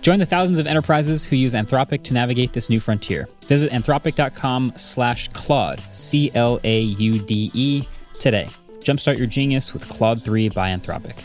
Join the thousands of enterprises who use Anthropic to navigate this new frontier. Visit anthropic.com slash Claude, C L A U D E, today. Jumpstart your genius with Claude 3 by Anthropic.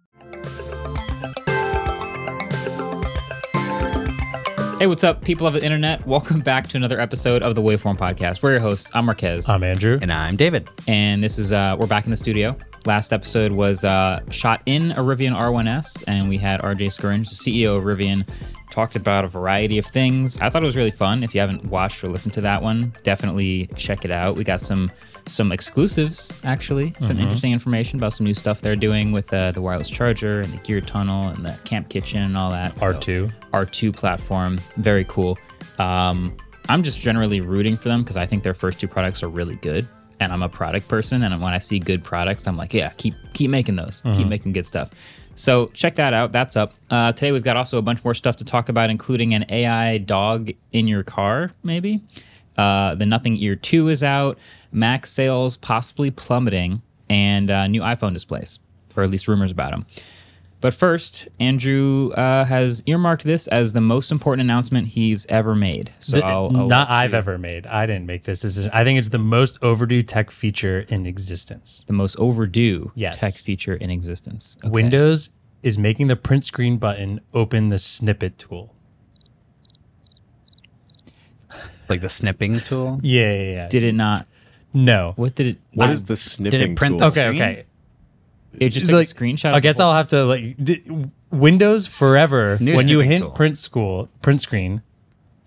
Hey, what's up, people of the internet? Welcome back to another episode of the Waveform Podcast. We're your hosts. I'm Marquez, I'm Andrew. And I'm David. and this is uh, we're back in the studio. Last episode was uh, shot in a Rivian R1S, and we had RJ Scourge, the CEO of Rivian, talked about a variety of things. I thought it was really fun. If you haven't watched or listened to that one, definitely check it out. We got some some exclusives, actually, some interesting information about some new stuff they're doing with uh, the wireless charger and the gear tunnel and the camp kitchen and all that. So- R2. R2 platform. Very cool. Um, I'm just generally rooting for them because I think their first two products are really good, and I'm a product person. And when I see good products, I'm like, yeah, keep keep making those, keep making good stuff. So check that out. That's up. Uh, today we've got also a bunch more stuff to talk about, including an AI dog in your car, maybe. Uh, the Nothing Ear 2 is out. Mac sales possibly plummeting, and uh, new iPhone displays, or at least rumors about them. But first, Andrew uh, has earmarked this as the most important announcement he's ever made. So Th- I'll, I'll let not I've you- ever made. I didn't make this. this is, I think it's the most overdue tech feature in existence. the most overdue Yes. tech feature in existence. Okay. Windows is making the print screen button open the snippet tool. Like the snipping tool. Yeah, yeah, yeah. did it not? no. What did it? What wow. is the snipping? Did it print tool? the Okay, screen? okay. It just took Like, a screenshot. I guess I'll have to like d- Windows forever. New when you snipping hit tool. print school print screen,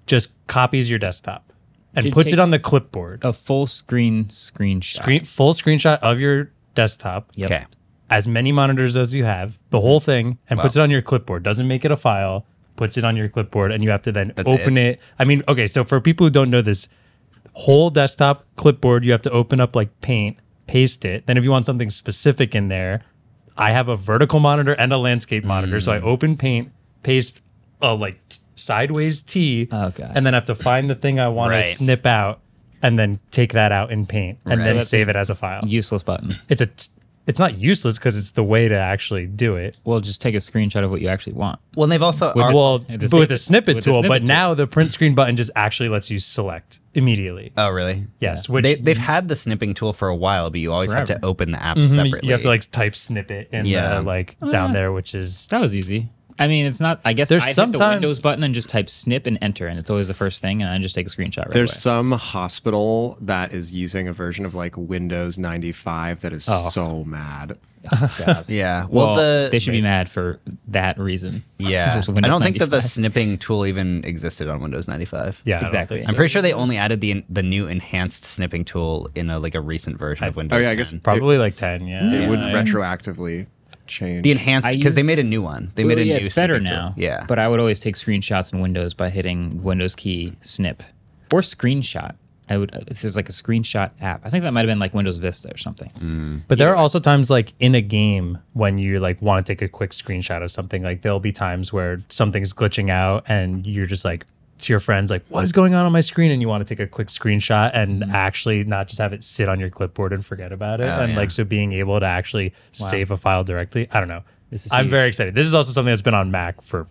just copies your desktop and It puts it on the takes- clipboard. a full screen screenshot. Screen full screenshot of your desktop. Yep. Okay. as many monitors as you have, the whole Mm-hmm. thing, and puts it on your clipboard. Doesn't make it a file, puts it on your clipboard, and you have to then That's open it. I mean, okay, so for people who don't know this, whole desktop clipboard, you have to open up like paint, paste it. Then if you want something specific in there, I have a vertical monitor and a landscape monitor. Mm. So I open paint, paste a like t- sideways T, Oh, God. and then I have to find the thing I want Right. to snip out and then take that out in paint and So then that's save it as a file Useless button. it's a t- it's not useless because it's the way to actually do it. Well, just take a screenshot of what you actually want. Well, and they've also With our- the- Well, the but snip- with the snippet with the tool, snippet but tool. now the print screen button just actually lets you select immediately. oh really? Yes, which they, they've had the snipping tool for a while, but you always have Forever. to open the app Mhm, separately. you have to like type snippet in Yeah. the like down there, which is That was easy. I mean, it's not. I guess There's I hit the sometimes- Windows button and just type snip and enter, and it's always the first thing, and I just take a screenshot right There's away. some hospital that is using a version of like Windows 95 that is Oh. so mad. God. yeah. Well, Well, the they should be mad for that reason. yeah. Because of Windows I don't think that the 95. snipping tool even existed on Windows 95. yeah I don't Exactly. think I'm pretty sure they only added the the new enhanced snipping tool in a like a recent version of Windows. okay, Oh, I guess- 10. so. probably like ten. Yeah, It would I- retroactively change. the enhanced I because they used- made a new one. They made Well, a yeah, new. it's better snipping tool. now. Yeah. But I would always take screenshots in Windows by hitting Windows key snip or screenshot. I would. uh, This is like a screenshot app. I think that might have been like Windows Vista or something. Mm. But there are also times like in a game when you like want to take a quick screenshot of something. Like there'll be times where something's glitching out and you're just like to your friends like what is going on on my screen and you want to take a quick screenshot and Mm-hmm. actually not just have it sit on your clipboard and forget about Oh, it and like so being able to actually save a file directly i don't know This is i'm huge. very excited this is also something that's been on mac for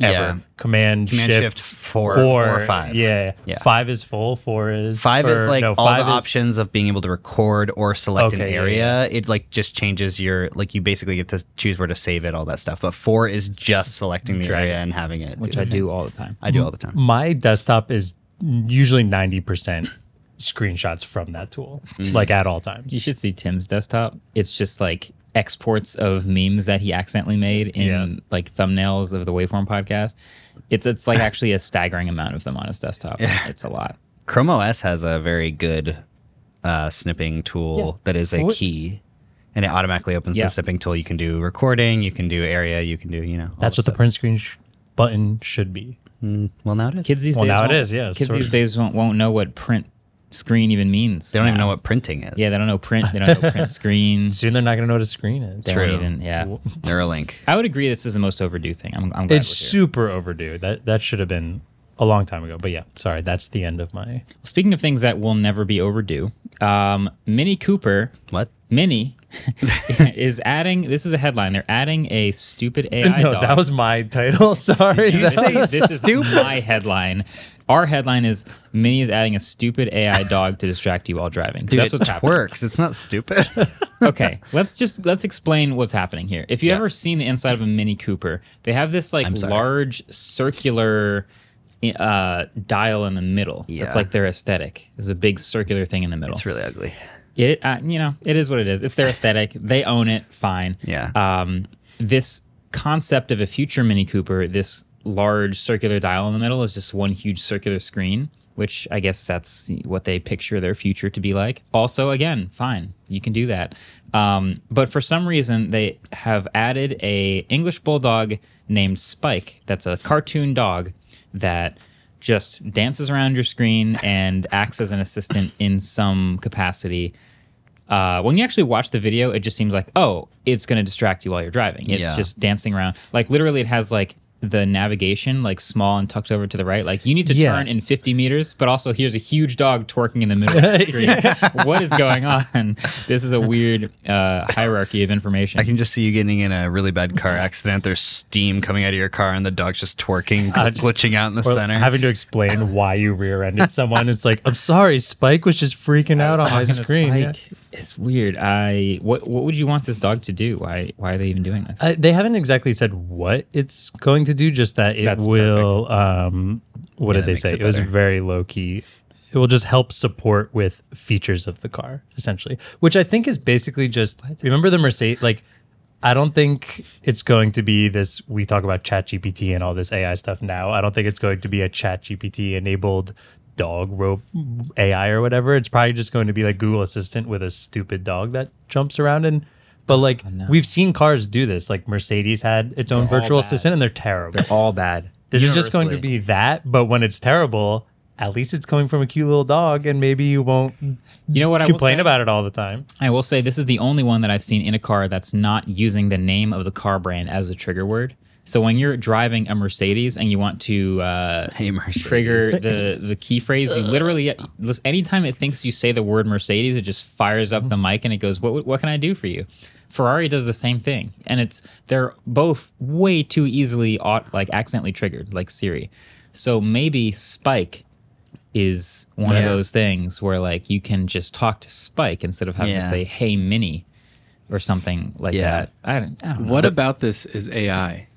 ever Yeah. command, Command shift, shift four or five. yeah, Yeah. five is full four is Five is or like no, all five the is- options of being able to record or select an Okay, yeah, area. It like just changes your like you basically get to choose where to save it, all that stuff. But four is just selecting the Drag area it. and having it, which I do all the time. I do all the time. my desktop is usually 90% screenshots from that tool, like at all times. Mm. You should see Tim's desktop. It's just like exports of memes that he accidentally made in Yeah. like thumbnails of the Waveform podcast. It's it's like actually a staggering amount of them on his desktop. It's a lot. Chrome OS has a very good uh, snipping tool that is a What- key, and it automatically opens Yeah. the snipping tool. You can do recording, you can do area, you can do you know. all That's the what the print screen sh- button should be. stuff. well now it is. Kids these Well, days now it won't- is, yeah, it's Kids sort these of- days won't, won't know what print screen even means. they don't even now. know what printing is. Yeah, they don't know print. They don't know print screen. Soon they're not going to know what a screen is. They True. don't even. Yeah, Neuralink. I would agree. This is the most overdue thing. I'm, I'm glad It's we're here. super overdue. That that should have been a long time ago. But yeah, sorry, that's the end of my. Speaking of things that will never be overdue, um, Mini Cooper, What? Mini, is adding. This is a headline. They're adding a stupid AI no, dog. that was my title. Sorry. You That say was- this is my headline. Our headline is Mini is adding a stupid AI dog to distract you while driving. 'Cause that's what's happening. Works. It's not stupid. okay, let's just let's explain what's happening here. If you've ever seen the inside of a Mini Cooper, they have this like large circular uh, dial in the middle. Yeah. That's like their aesthetic. There's a big circular thing in the middle. it's really ugly. It uh, you know it is what it is. It's their aesthetic. they own it. Fine. Yeah. Um, this concept of a future Mini Cooper, this large circular dial in the middle, is just one huge circular screen. Which I guess that's what they picture their future to be like. Also, again, fine, you can do that. Um, but for some reason, they have added a English bulldog named Spike. That's a cartoon dog that just dances around your screen and acts as an assistant in some capacity. Uh, when you actually watch the video, it just seems like, oh, it's going to distract you while you're driving. It's Yeah. just dancing around. Like, literally, it has like the navigation, like small and tucked over to the right. Like, you need to Yeah. turn in 50 meters, but also here's a huge dog twerking in the middle of the screen. What is going on? This is a weird uh, hierarchy of information. I can just see you getting in a really bad car accident. There's steam coming out of your car, and the dog's just twerking, glitching out in the or center. Having to explain why you rear-ended someone, it's like I'm sorry, Spike was just freaking out on my Talking to screen. Yeah. Spike. It's weird. I what what would you want this dog to do? Why why are they even doing this? Uh, they haven't exactly said what it's going to do, just that it That's will. Um, what that did they makes say? it It, was better. very low key. It will just help support with features of the car, essentially, which I think is basically just remember the Mercedes. Like, I don't think it's going to be this. We talk about ChatGPT and all this AI stuff now. I don't think it's going to be a ChatGPT enabled dog rope AI or whatever. It's probably just going to be like Google Assistant with a stupid dog that jumps around and. But like we've seen cars do this, like Mercedes had its own virtual assistant, and they're terrible. All bad. this is just going to Universally. be that. But when it's terrible, at least it's coming from a cute little dog, and maybe you won't You know what I will complain say? about it all the time. I will say this is the only one that I've seen in a car that's not using the name of the car brand as a trigger word. So when you're driving a Mercedes and you want to uh, Hey, Mercedes. trigger the the key phrase, you literally lis- anytime it thinks you say the word Mercedes, it just fires up the mic and it goes, "What what can I do for you?" Ferrari does the same thing, and it's they're both way too easily au- like accidentally triggered, like Siri. So maybe Spike is one of Yeah. those things where like you can just talk to Spike instead of having Yeah. to say "Hey Mini" or something like Yeah. that. I don't, I don't know. What about this is AI?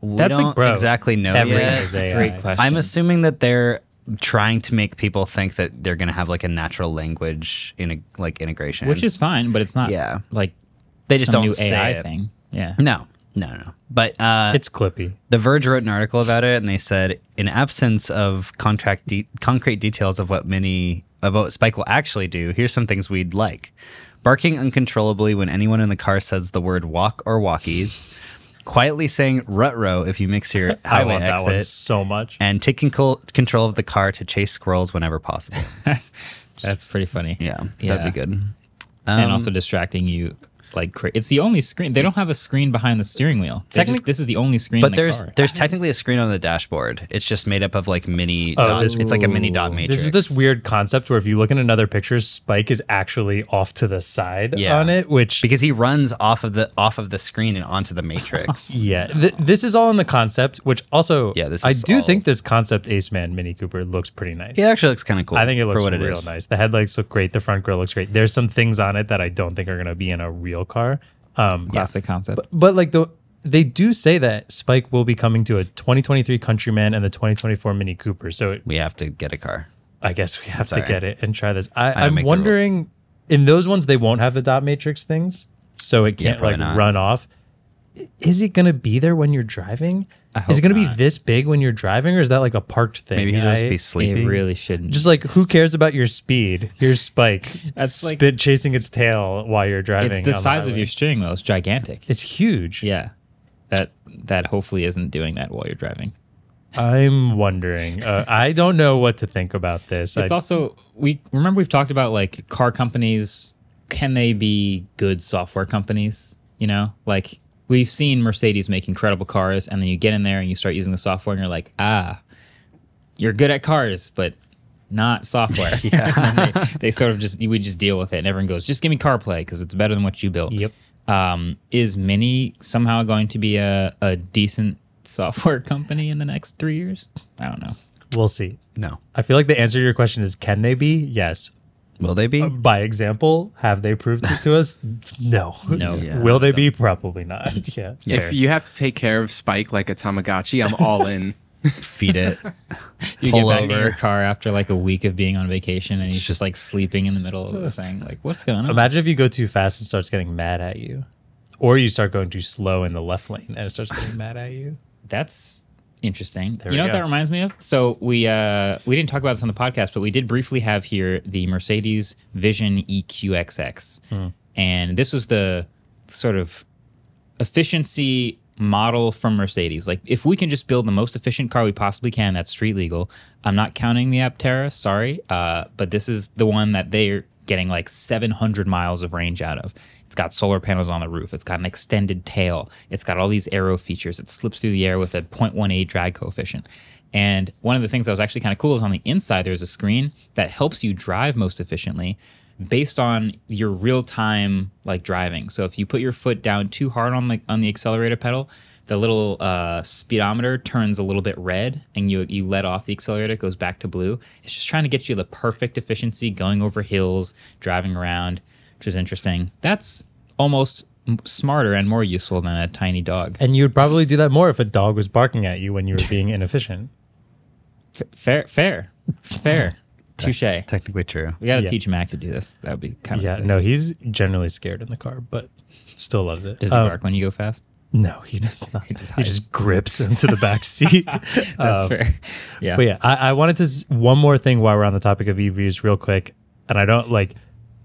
we that's a don't bro, exactly know everything yet. is AI. Great question. I'm assuming that they're trying to make people think that they're going to have like a natural language in like integration, which is fine, but it's not Yeah. like they some just don't new say AI it. thing. Yeah. No, no, no. But uh, It's Clippy. The Verge wrote an article about it, and they said, in absence of contract de- concrete details of what many of what Spike will actually do, here's some things we'd like: barking uncontrollably when anyone in the car says the word "walk" or "walkies," quietly saying "rutro" if you mix your I highway want that one exit, so much. and taking col- control of the car to chase squirrels whenever possible. That's pretty funny. that'd be good. and also Um, distracting you. Like cra- it's the only screen. They don't have a screen behind the steering wheel. They Technic- just, this is the only screen. in But the there's car. there's technically a screen on the dashboard. It's just made up of like mini. Oh, dot, this- it's like a mini dot Ooh. matrix. This is this weird concept where if you look in another picture, Spike is actually off to the side Yeah. on it, which because he runs off of the off of the screen and onto the matrix. yeah, th- this is all in the concept. Which also, Yeah, this I is do all- think this concept Ace Man Mini Cooper looks pretty nice. It actually looks kind of cool. I think it for looks what it real is. nice. The headlights look great. The front grille looks great. There's some things on it that I don't think are going to be in a real car. Um, classic concept. but like the they do say that Spike will be coming to a 2023 Countryman and the 2024 Mini Cooper. So it, We have to get a car. I guess we have Sorry. to get it and try this. I, don't I'm make the wondering in those ones they won't have the dot matrix things, so it Yeah, can't probably like not. run off. I- Is it going to be there when you're driving? is it hope going to be not. this big when you're driving, or is that like a parked thing? Maybe he'll just I- be It sleeping. really shouldn't. just like who cares about your speed? Here's Spike That's like- spit chasing its tail while you're driving. it's the on size of highway. your steering wheel. It's gigantic. It's huge. yeah, that that hopefully isn't doing that while you're driving. I'm wondering. Uh, I don't know what to think about this. It's I, also we remember we've talked about like car companies. Can they be good software companies? You know, like we've seen Mercedes make incredible cars, and then you get in there and you start using the software, and you're like, ah, you're good at cars, but not software. And then they, they sort of just we just deal with it, and everyone goes, just give me CarPlay because it's better than what you built. Yep. Um, is Mini somehow going to be a, a decent software company in the next three years? I don't know. we'll see. no. I feel like the answer to your question is can they be? Yes. Will they be? by example, have they proved it to us? No. No. Yeah. Will they be? Probably not. Yeah. Yeah. If you have to take care of Spike like a Tamagotchi, I'm all in. Feed it. You Pull get back in over. your car after like a week of being on vacation, and he's just like sleeping in the middle of the thing. Like, what's going on? Imagine if you go too fast and starts getting mad at you. Or you start going too slow in the left lane and it starts getting mad at you. That's interesting. we you know what go. that reminds me of? So we uh, we didn't talk about this on the podcast, but we did briefly have here the Mercedes Vision E EQXX, and this was the sort of efficiency model from Mercedes. Like, if we can just build the most efficient car we possibly can, that's street legal. I'm not counting the Aptera, sorry, uh, but this is the one that they're getting like 700 miles of range out of. It's got solar panels on the roof. It's got an extended tail. It's got all these aero features. It slips through the air with a 0.18 drag coefficient. And one of the things that was actually kind of cool is on the inside, there's a screen that helps you drive most efficiently based on your real time like driving. So if you put your foot down too hard on the on the accelerator pedal, the little uh, speedometer turns a little bit red, and you you let off the accelerator, it goes back to blue. It's just trying to get you the perfect efficiency going over hills, driving around, which is interesting. That's almost m- smarter and more useful than a tiny dog. And you'd probably do that more if a dog was barking at you when you were being inefficient. F- fair, fair, fair. Touche. Technically true. We got to Yeah. teach Mac to do this. That would be kind of Yeah. sick. No, he's generally scared in the car, but still loves it. Does he Um, bark when you go fast? No, he does not. He just just, hides. grips into the back seat. That's fair. Yeah. But uh, yeah, I, I wanted to s- one more thing while we're on the topic of EVs, real quick. And I don't like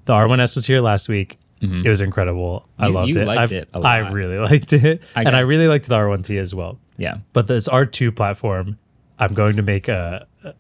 the R1S was here last week. It was incredible. I Mm-hmm. You- loved you it. liked I've- it a I lot. really liked it, I and I guess. really liked the R1T as well. Yeah. But this R2 platform, I'm going to make a a-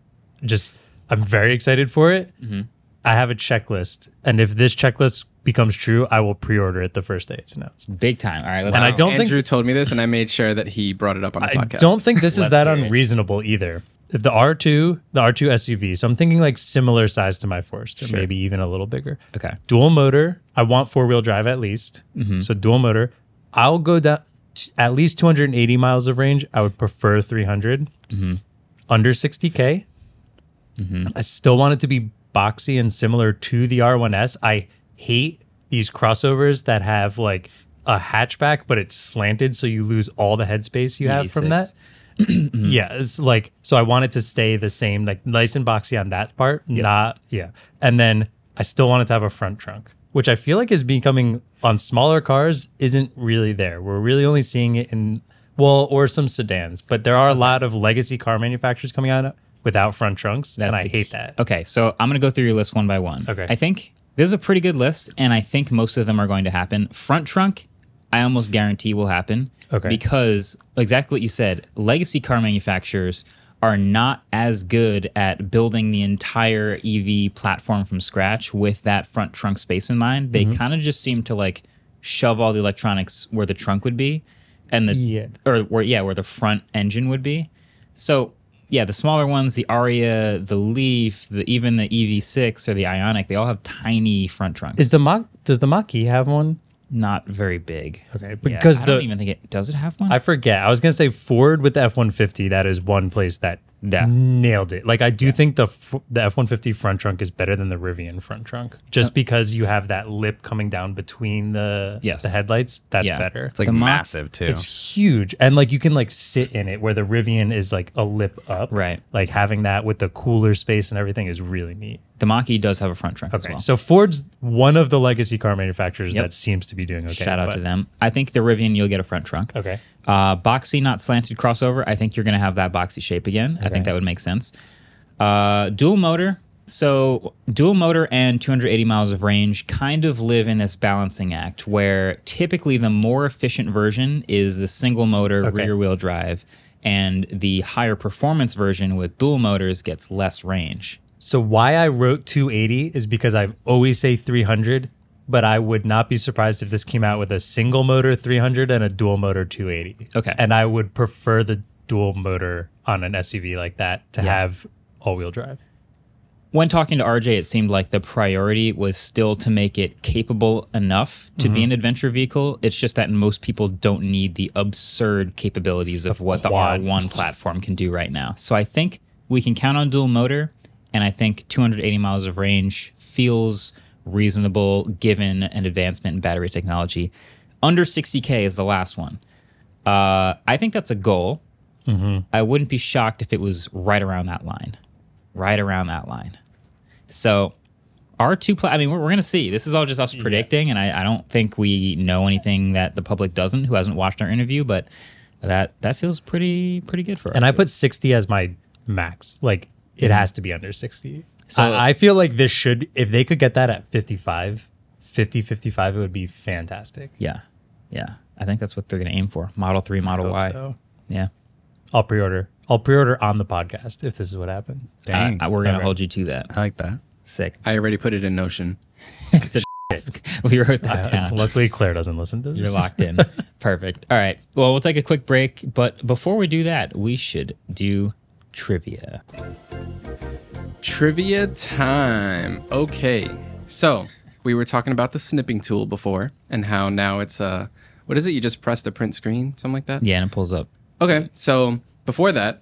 just. I'm very excited for it. Mm-hmm. I have a checklist, and if this checklist becomes true, I will pre-order it the first day it's announced. Big time. All right. Let's And I go. don't think- Andrew told me this, and I made sure that he brought it up on the I podcast. don't think this is Let's that hear it. unreasonable either. If the R2, the R2 SUV, so I'm thinking like similar size to my Forester, maybe even a little bigger. Okay. Mm-hmm. Dual motor, I want four wheel drive at least. So dual motor, I'll go down t- at least 280 miles of range. I would prefer 300. Under 60K. Mm-hmm. I still want it to be boxy and similar to the R1S. I hate these crossovers that have like a hatchback, but it's slanted, so you lose all the headspace you have from that. EV6. yeah, it's like so. I want it to stay the same, like nice and boxy on that part. Not yeah, and then I still want it to have a front trunk, which I feel like is becoming on smaller cars isn't really there. We're really only seeing it in well or some sedans, but there are a lot of legacy car manufacturers coming out without front trunks, and I the- hate that. Okay, so I'm gonna go through your list one by one. Okay. I think this is a pretty good list, and I think most of them are going to happen. Front trunk, I almost guarantee will happen. Okay. Because exactly what you said, legacy car manufacturers are not as good at building the entire EV platform from scratch with that front trunk space in mind. They Mm-hmm. kind of just seem to like shove all the electronics where the trunk would be and the Yeah. or where yeah, where the front engine would be. So yeah, the smaller ones, the Aria, the Leaf, the even the EV6 or the Ionic, they all have tiny front trunks. Is the Mach does the Mach E have one? not very big. Okay, Yeah, because I the don't even think it does. It have one. I forget. I was gonna say Ford with the F one fifty. That is one place that Yeah. nailed it. Like I do think the f- the F one fifty front trunk is better than the Rivian front trunk, Uh, just because you have that lip coming down between the Yes. the headlights. That's Yeah. better. It's like The Mach- massive too. It's huge. And like you can like sit in it where the Rivian is like a lip up. Right. Like having that with the cooler space and everything is really neat. The Mach-E does have a front trunk as Okay. well. So Ford's one of the legacy car manufacturers that seems to be doing okay. Shout out but- to them. I think the Rivian you'll get a front trunk. Okay. Uh, boxy, not slanted crossover. I think you're going to have that boxy shape again. I think that would make sense. Uh, dual motor. So, dual motor and 280 miles of range kind of live in this balancing act where typically the more efficient version is the single motor rear wheel drive, and the higher performance version with dual motors gets less range. So why I wrote 280 is because I always say 300, but I would not be surprised if this came out with a single motor 300 and a dual motor 280. Okay. And I would prefer the dual motor on an SUV like that to have all wheel drive. when talking to RJ, it seemed like the priority was still to make it capable enough to be an adventure vehicle. It's just that most people don't need the absurd capabilities of what the quad. R1 platform can do right now. So I think we can count on dual motor, and I think 280 miles of range feels reasonable given an advancement in battery technology. Under 60K is the last one. Uh, I think that's a goal. Mm-hmm. I wouldn't be shocked if it was right around that line. Right around that line. So our two pla- I mean, we're, we're going to see. This is all just us predicting, and I, I don't think we know anything that the public doesn't who hasn't watched our interview, but that that feels pretty pretty good for us. And I put 60 as my max. Like it has to be under 60. So- So I, I feel like this should, if they could get that at 55, 50, 55, it would be fantastic. yeah. Yeah. I think that's what they're going to aim for. Model 3, Model Hope Y. so. Yeah. I'll pre order. I'll pre order on the podcast if this is what happens. Uh, we're going to hold you to that. I like that. Sick. I already put it in Notion. It's a we wrote that down. Uh, Luckily, Claire doesn't listen to this. You're locked in. Perfect. All right. Well, we'll take a quick break, but before we do that, we should do trivia. Trivia time. Okay. So we were talking about the snipping tool before and how now it's uh, what is it? You just press the print screen, something like that? Yeah, and it pulls up. Okay. So before that,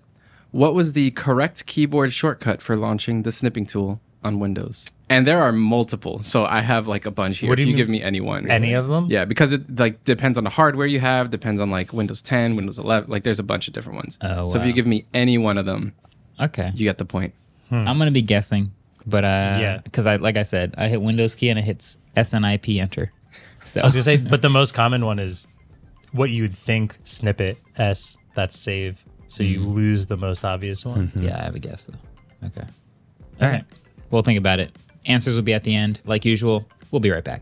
what was the correct keyboard shortcut for launching the snipping tool on Windows? And there are multiple. So I have like a bunch here. What do if you you mean? give me any one. Any of them? Yeah, because it like depends on the hardware you have, depends on like Windows 10, Windows 11, like there's a bunch of different ones. Oh, So if wow. you give me any one of them, Okay. you get the point. I'm gonna be guessing, but uh, Hmm. Yeah. because I like I said, I hit Windows key and it hits SNIP enter. So I was gonna say, but the most common one is what you'd think snippet s that's save. So you Hmm. lose the most obvious one. yeah, I have a guess though. Okay. All right. We'll think about it. Answers will be at the end, like usual. We'll be right back.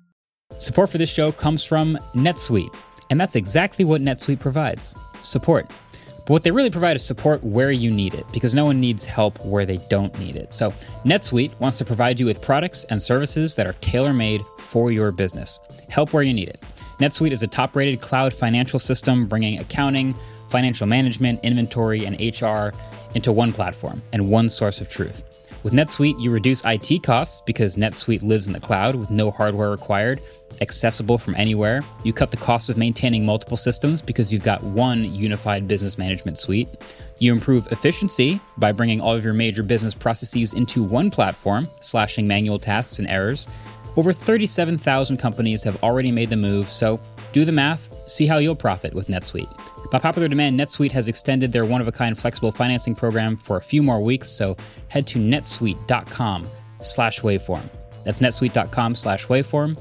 Support for this show comes from NetSuite, and that's exactly what NetSuite provides support. But what they really provide is support where you need it, because no one needs help where they don't need it. So, NetSuite wants to provide you with products and services that are tailor made for your business. Help where you need it. NetSuite is a top rated cloud financial system bringing accounting, financial management, inventory, and HR into one platform and one source of truth. With NetSuite, you reduce IT costs because NetSuite lives in the cloud with no hardware required, accessible from anywhere. You cut the cost of maintaining multiple systems because you've got one unified business management suite. You improve efficiency by bringing all of your major business processes into one platform, slashing manual tasks and errors. Over 37,000 companies have already made the move, so do the math, see how you'll profit with NetSuite. By popular demand, NetSuite has extended their one of a kind flexible financing program for a few more weeks, so head to netsuite.com slash waveform. That's netsuite.com slash waveform,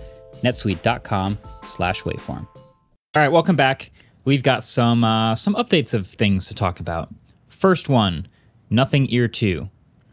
netsuite.com slash waveform. All right, welcome back. We've got some uh, some updates of things to talk about. First one, Nothing Ear 2.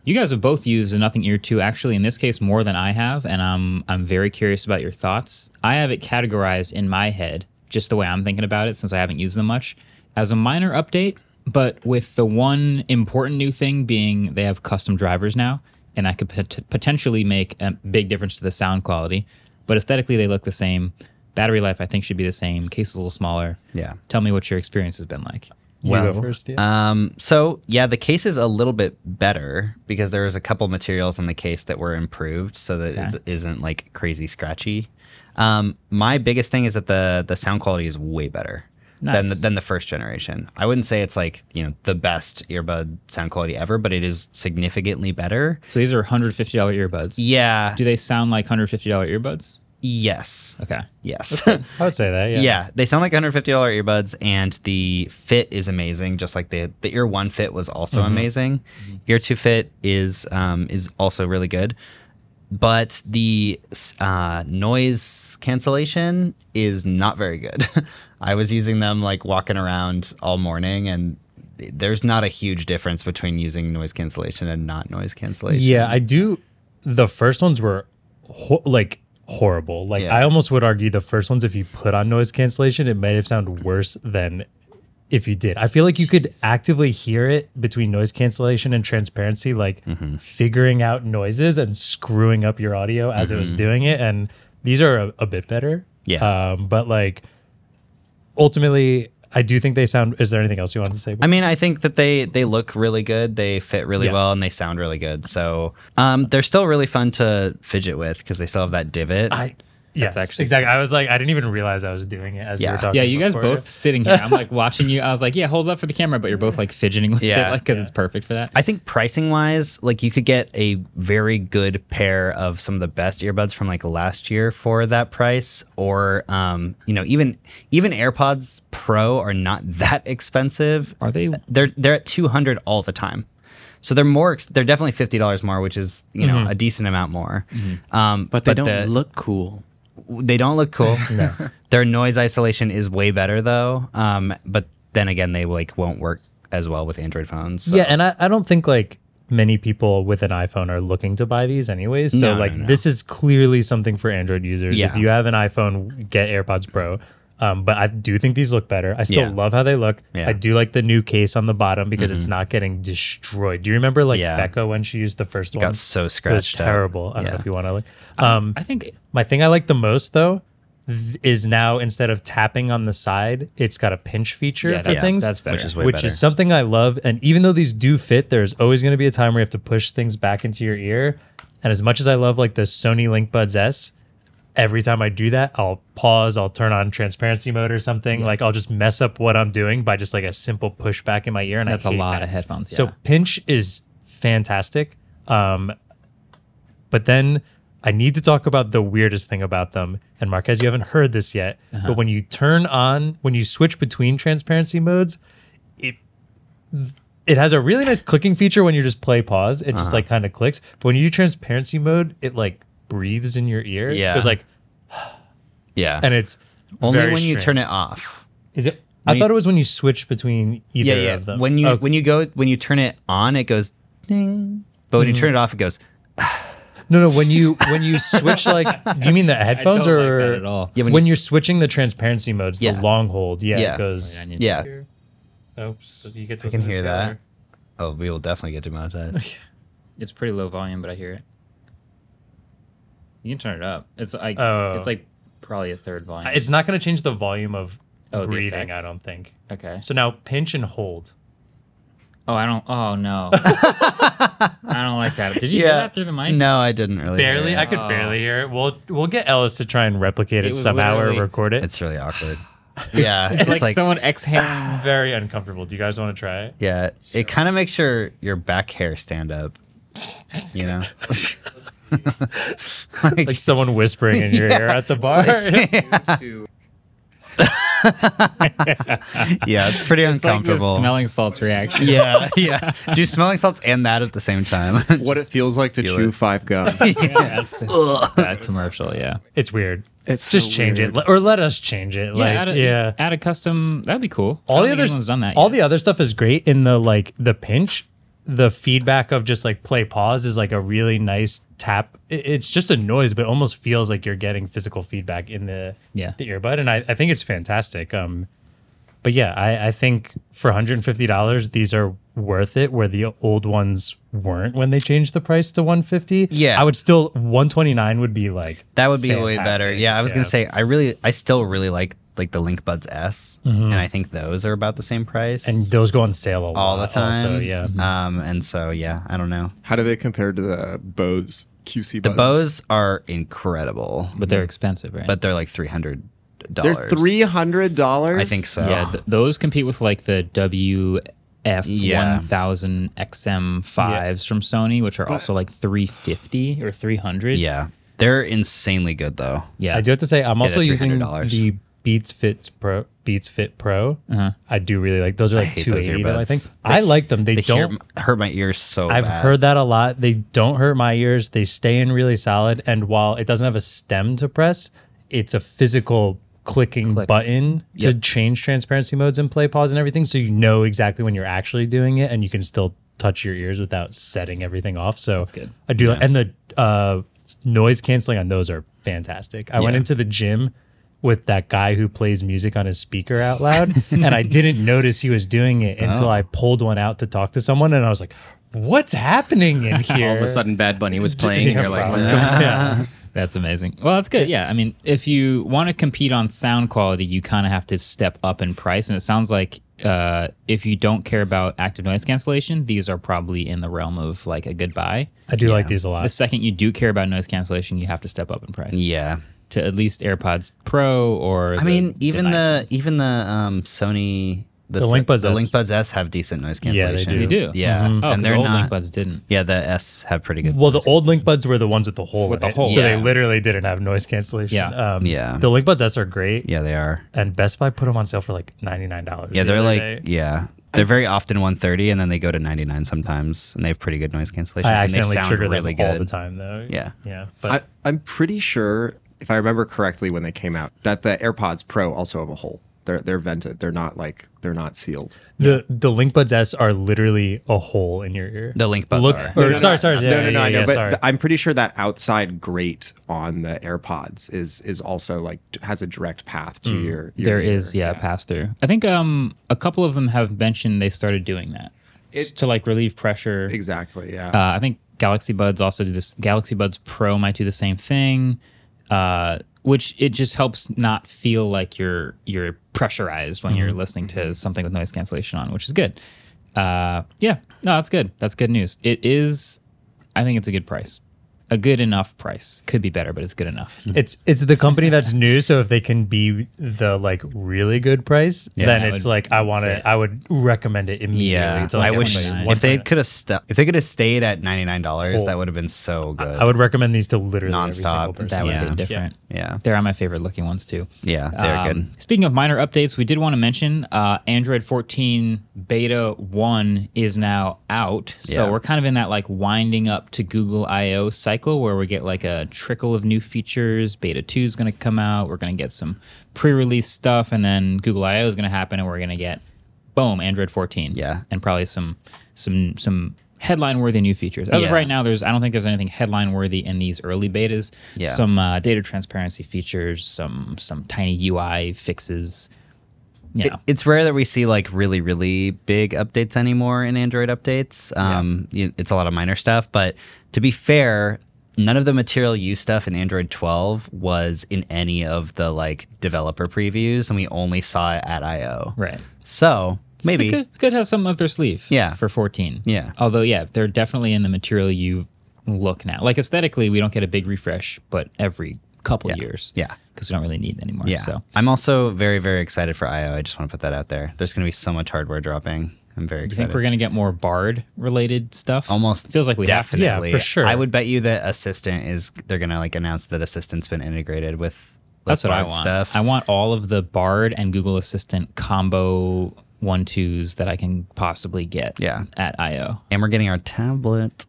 You guys have both used the Nothing Ear 2, actually, in this case, more than I have, and I'm, I'm very curious about your thoughts. I have it categorized in my head, just the way I'm thinking about it, since I haven't used them much, as a minor update, but with the one important new thing being they have custom drivers now, and that could pot- potentially make a big difference to the sound quality. But aesthetically, they look the same. Battery life, I think, should be the same. Case is a little smaller. Yeah. Tell me what your experience has been like. you Hmm. go first. Uh, Yeah. Um, so yeah, the case is a little bit better because there was a couple materials in the case that were improved so that it isn't like crazy scratchy. Um, my biggest thing is that the the sound quality is way better than the, Nice. than the first generation. I wouldn't say it's like you know the best earbud sound quality ever, but it is significantly better. So these are $150 earbuds. Yeah. Do they sound like $150 earbuds? yes. Okay. Yes. I would say that. Yeah. Yeah. they sound like $150 earbuds, and the fit is amazing. Just like the the ear one fit was also amazing. Ear two fit is um, is also really good, but the s- uh, noise cancellation is not very good. I was using them like walking around all morning, and th- there's not a huge difference between using noise cancellation and not noise cancellation. Yeah, I do. The first ones were ho- like horrible. Like Yeah. I almost would argue the first ones, if you put on noise cancellation, it might have sounded worse than if you did. I feel like you could actively hear it between noise cancellation and transparency, like Mm-hmm. figuring out noises and screwing up your audio as it was Mm-hmm. doing it. And these are a, a bit better. Yeah. um, but like ultimately. I do think they sound. Is there anything else you wanted to say? I mean, I think that they they look really good. They fit really Yeah. well, and they sound really good. So um, they're still really fun to fidget with because they still have that divot. I yes, actually- exactly. I was like, I didn't even realize I was doing it as you Yeah. were talking. Yeah, you guys before. both sitting here. I'm like watching you. I was like, yeah, hold up for the camera, but you're both like fidgeting with Yeah. it, like, because it's perfect for that. I think pricing wise, like you could get a very good pair of some of the best earbuds from like last year for that price, or um, you know, even even AirPods Pro are not that expensive. Are they? They're they're at two hundred all the time, so they're more. ex- They're definitely fifty dollars more, which is you know Mm-hmm. a decent amount more. Um, But they don't the- look cool. they don't look cool. Their noise isolation is way better though. Um, but then again, they like won't work as well with Android phones. so- Yeah, and I, I don't think like many people with an iPhone are looking to buy these anyways. So No, no, like no. this is clearly something for Android users. If Yeah. you have an iPhone, get AirPods Pro. Um, but I do think these look better. I still Yeah. love how they look. Yeah. Mm-hmm. I do like the new case on the bottom because it's not getting destroyed. Do you remember like Yeah. Becca when she used the first one? got so it was scratched. up. terrible. I don't know Yeah. if you want to like. Um, I think My thing I like the most though th- is now instead of tapping on the side, it's got a pinch feature Yeah, for that's- things. that's better. Which is way which better. is something I love. And even though these do fit, there's always going to be a time where you have to push things back into your ear. And as much as I love like the Sony Link Buds S, every time I do that, I'll pause, I'll turn on transparency mode or something. Like I'll just mess up what I'm doing by just like a simple push back in my ear. And I that's a hate lot that. of headphones. Yeah. So pinch is fantastic. Um, but then I need to talk about the weirdest thing about them. And Marquez, you haven't heard this yet, Uh-huh. but when you turn on, when you switch between transparency modes, it it has a really nice clicking feature when you just play pause. It Uh-huh. just like kind of clicks. But when you do transparency mode, it like breathes in your ear. Yeah. It's like, Yeah. and it's only very when you strange. turn it off. Is it? I thought it was when you switch between either Yeah, yeah. of them. When you Oh, when you go when you turn it on, it goes ding. But Mm-hmm. when you turn it off, it goes. No, no. When you when you switch, like, do you mean the headphones don't like or that at all. Yeah, when, when you you are s- switching the transparency modes, Yeah. the long hold, yeah, Yeah. it goes. I need- Yeah. Oops, Oh, you get to I can hear that. Oh, we will definitely get demonetized. It's pretty low volume, but I hear it. You can turn it up. It's like Oh. it's like probably a third volume. Uh, It's not going to change the volume of Oh, the breathing. effect. I don't think. okay. So now pinch and hold. Oh, I don't. Oh no. I don't like that. Did you hear that through the mic? No, I didn't really. hear Barely, it. I could Oh. barely hear it. We'll we'll get Ellis to try and replicate It it, was somehow or literally- record it. It's It's really awkward. yeah, It's, like, someone exhaling. very uncomfortable. Do you guys want to try it? Yeah, it kind of makes your your back hair stand up. You know, like, Like someone whispering in your ear at the bar. yeah, it's pretty It's like the uncomfortable. smelling salts reaction. yeah, yeah. Do smelling salts and that at the same time. What it feels like to Feel chew it. five gum. That's that commercial. Yeah. it's weird. It's just so change weird. it, Let- or let us change it. like, add a, yeah. Add a custom. That'd be cool. all I don't the think other anyone's done that. all yet. the other stuff is great in the like the pinch the feedback of just like play pause is like a really nice tap. I- It's just a noise, but it almost feels like you're getting physical feedback in the Yeah. the earbud, and I, I think it's fantastic. Um, but yeah, I, I think for 150 dollars, these are worth it. Where the old ones weren't when they changed the price to 150. Yeah. I would still 129 would be like That would be way fantastic. better. Yeah, I was Yeah. gonna say I really, I still really like like the Link Buds S, Mm-hmm. and I think those are about the same price and those go on sale a all lot the uh, time. Also, yeah. Mm-hmm. Um, and so yeah, I don't know. How do they compare to the Bose QC? The buds? Bose are incredible, but they're expensive, right? but they're like three hundred dollars. They're three hundred dollars. I think so. yeah, th- those compete with like the WF Yeah. 1000 XM fives from Sony, which are also like 350 or 300. Yeah, they're insanely good though. yeah. I do have to say I'm also they're using $300. the Beats Fit Pro. Beats Fit Pro. I do really like those. Are like Uh-huh. hate two those eighty though. I earbuds. think They- I like them. They, They don't. hear, hurt my ears so. I've bad. heard that a lot. They don't hurt my ears. They stay in really solid. And while it doesn't have a stem to press, it's a physical clicking button to change transparency modes and play pause and everything. So you know exactly when you're actually doing it and you can still touch your ears without setting everything off. So That's good. I do. And the uh, noise canceling on those are fantastic. I went into the gym with that guy who plays music on his speaker out loud, and I didn't notice he was doing it until Oh. I pulled one out to talk to someone, and I was like, "What's happening in here?" All of a sudden, Bad Bunny was playing. Yeah, and you're like, probably. what's going on? That's amazing. Well, that's good. Yeah. I mean, if you want to compete on sound quality, you kind of have to step up in price. And it sounds like uh, if you don't care about active noise cancellation, these are probably in the realm of like a good buy. I do like these a The lot. second you do care about noise cancellation, you have to step up in price Yeah, to at least AirPods Pro or. I mean, even the nice ones. even the um, Sony the, The Link Buds the S. Link Buds S have decent noise they cancellation. do. They do. Oh, Yeah, and because they're old not. Link Buds didn't. Yeah, the S have pretty good. Well, the old Link Buds were the ones with the hole With in the hole, it, so yeah. they literally didn't have noise cancellation. Yeah. um, Yeah. The Link Buds S are great, yeah, they are. and Best Buy put them on sale for like ninety nine dollars. Yeah, they're like yeah. They're very often 130, and then they go to 99 sometimes, and they have pretty good noise cancellation. I and they accidentally sound trigger really them all good. the time though. Yeah. yeah, but I, I'm pretty sure, if I remember correctly, when they came out, that the AirPods Pro also have a hole. They're they're vented. They're not like they're not sealed. The the Link Buds S are literally a hole in your ear. The Link Buds Look, are. Or, No, no, sorry, no, sorry, yeah, no, no, yeah, no. I yeah, know, but sorry. th- I'm pretty sure that outside grate on the AirPods is is also like d- has a direct path to your, your. There ear. is, yeah, pass through. I think um a couple of them have mentioned they started doing that It's to like relieve pressure. exactly. Yeah. Uh, I think Galaxy Buds also do this. Galaxy Buds Pro might do the same thing, uh, which it just helps not feel like you're you're pressurized when Mm-hmm. you're listening to something with noise cancellation on, which is good. Uh, yeah, no, that's good. That's good news. It is. I think it's a good price, a good enough price. Could be better, but it's good enough. Mm-hmm. it's it's the company that's new, so if they can be the like really good price, then that it's would like I want to. I would recommend it immediately. Yeah, to, like, I wish everybody. if they could have stu- if they could have stayed at ninety nine dollars, that would have been so good. I would recommend these to literally Nonstop. Every single person. That would Yeah. be different. yeah, They're on my favorite looking ones too. yeah, they're Um, good. Speaking of minor updates, we did want to mention uh, Android 14 Beta 1 is now out. So Yeah. we're kind of in that like winding up to Google I/O cycle where we get like a trickle of new features. Beta 2 is going to come out. We're going to get some pre-release stuff, and then Google I/O is going to happen, and we're going to get boom Android 14. Yeah. and probably some some some. Headline worthy new features. As of Yeah. right now, there's I don't think there's anything headline worthy in these early betas Yeah. some uh, data transparency features, some some tiny UI fixes. Yeah, It- it's rare that we see like really really big updates anymore in android updates um y- it's a lot of minor stuff but to be fair none of the material you stuff in android 12 was in any of the like developer previews and we only saw it at io right. so maybe it could, it could have some up their sleeve. Yeah. for fourteen. Yeah. although yeah, they're definitely in the material you look now. Like aesthetically, we don't get a big refresh, but every couple years. Yeah. because we don't really need anymore. yeah so i'm also very very excited for io i just want to put that out there there's going to be so much hardware dropping i'm very I excited think we're gonna get more Bard related stuff. almost feels like we have to. definitely. Yeah, for sure. I would bet you that assistant is they're gonna like announce that assistant's been integrated with. with That's what I Bard want. Stuff. I want all of the Bard and Google Assistant combo one twos that I can possibly get. Yeah. at I/O. and we're getting our tablet.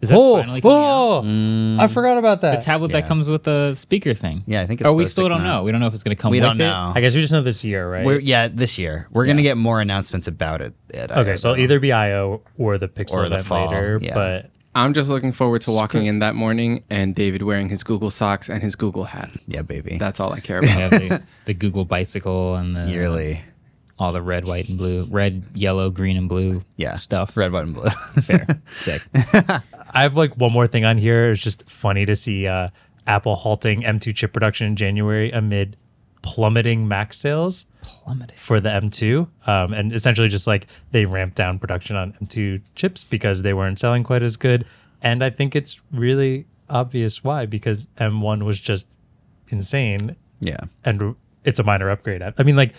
Is that oh, finally coming out? Mm. oh I forgot about The that. tablet that comes with the speaker thing. Yeah, I think it's Or we supposed to still don't come out. know. We don't know if it's going to come We with don't it. know. I guess we just know this year, right? We're, yeah, this year we're gonna get more announcements about it. At okay, IO. so it'll either be IO or the Pixel Or the event fall, later, yeah. but I'm just looking forward to walking in that morning and David wearing his Google socks and his Google hat. yeah, baby, That's all I care about. Yeah, the, the Google bicycle and the yearly, all the red, white, and blue, red, yellow, green, and blue yeah, stuff. red, white, and blue. Fair. Sick. I have like one more thing on here. It's just funny to see uh, Apple halting M2 chip production in January amid plummeting Mac sales Plummeted. for the M2. Um, and essentially, just like they ramped down production on M2 chips because they weren't selling quite as good. And I think it's really obvious why, because M1 was just insane Yeah, and it's a minor upgrade. I I mean, like,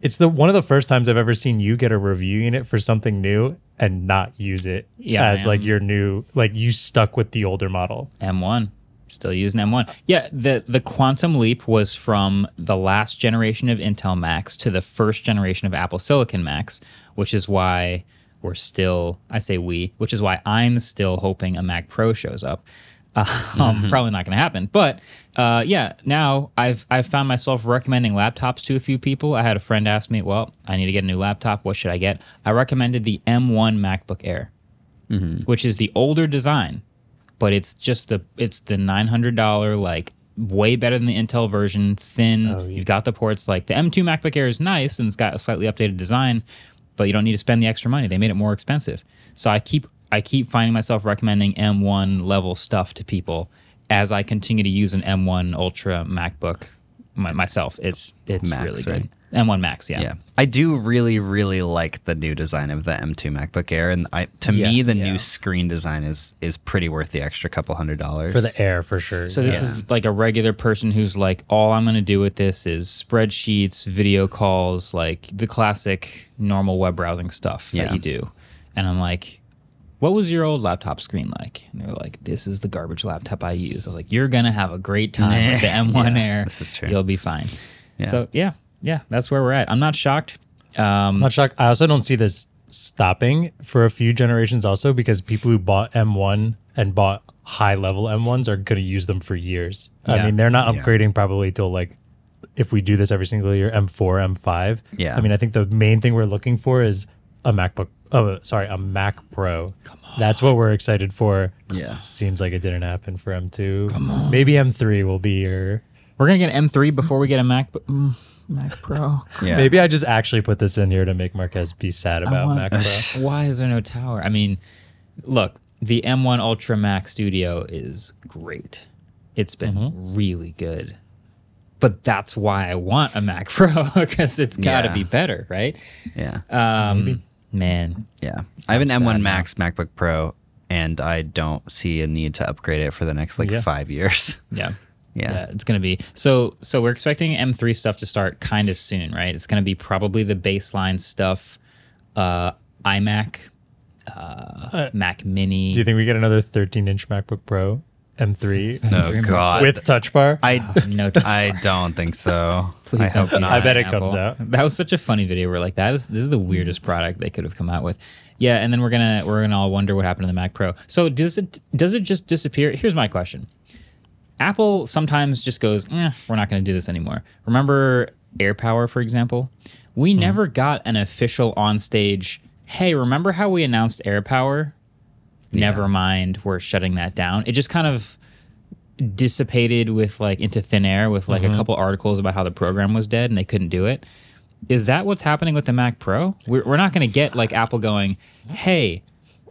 it's the one of the first times I've ever seen you get a review unit for something new and not use it Yeah, as like man. your new, like you stuck with the older model. M1. Still using M1. Yeah, the the quantum leap was from the last generation of Intel Macs to the first generation of Apple Silicon Macs, which is why we're still I say we, which is why I'm still hoping a Mac Pro shows up. Um, Probably not going to happen, but uh, yeah. Now I've I've found myself recommending laptops to a few people. I had a friend ask me, "Well, I need to get a new laptop. What should I get?" I recommended the M1 MacBook Air Mm. which is the older design, but it's just the it's the nine hundred dollar like way better than the Intel version. Thin. Oh, You've got the ports like the M2 MacBook Air is nice and it's got a slightly updated design, but you don't need to spend the extra money. They made it more expensive. So I keep I keep finding myself recommending M1 level stuff to people as I continue to use an M1 Ultra MacBook my, myself. It's it's Max, really right? good. M1 Max, yeah. yeah. I do really, really like the new design of the M2 MacBook Air, and I to me the new screen design is is pretty worth the extra couple hundred dollars For the air, for sure. So this is like a regular person who's like, all I'm going to do with this is spreadsheets, video calls, like the classic normal web browsing stuff Yeah. that you do. And I'm like, what was your old laptop screen like? And they were like, this is the garbage laptop I used. I was like, you're going to have a great time with the M1 Air. this is true. You'll be fine. So yeah, yeah, that's where we're at. I'm not shocked. Um, I'm not shocked. I also don't see this stopping for a few generations also because people who bought M1 and bought high level M1s are going to use them for years. Yeah. I mean, they're not upgrading probably till like if we do this every single year M4, M5. Yeah. I mean, I think the main thing we're looking for is a MacBook Oh, sorry, a Mac Pro. Come on. That's what we're excited for. Yeah. Seems like it didn't happen for M2. Come on. Maybe M3 will be your We're going to get an M3 before we get a Mac, mm, Mac Pro. yeah. Maybe I just actually put this in here to make Marquez be sad about want- Mac Pro. Why is there no tower? I mean, look, the M1 Ultra Mac Studio is great. It's been really good. But that's why I want a Mac Pro because it's got to Yeah. be better, right? yeah. Um, man, Yeah. I have an M1 Max MacBook Pro and I don't see a need to upgrade it for the next like Yeah. 5 years. yeah. uh, Yeah. it's gonna be so. So we're expecting M3 stuff to start kind of soon, right? It's gonna be probably the baseline stuff, uh, iMac, uh, Mac Mini. Do you think we get another 13 inch MacBook Pro M3 Oh god. with Touch Bar? I no, I don't think so. I Please don't hope do not. that, I bet it comes out. Mm. That was such a funny video. We're like, that is this is the weirdest product they could have come out with. Yeah, and then we're gonna we're gonna all wonder what happened to the Mac Pro. So does it does it just disappear? Here's my question. Apple sometimes just goes, eh, we're not gonna do this anymore. Remember AirPower, for example? We Mm. never got an official on stage, hey, remember how we announced AirPower? Never mind, we're shutting that down. It just kind of dissipated with like into thin air with like Mm-hmm. a couple articles about how the program was dead and they couldn't do it. Is that what's happening with the Mac Pro? We're, we're not going to get like Apple going, hey,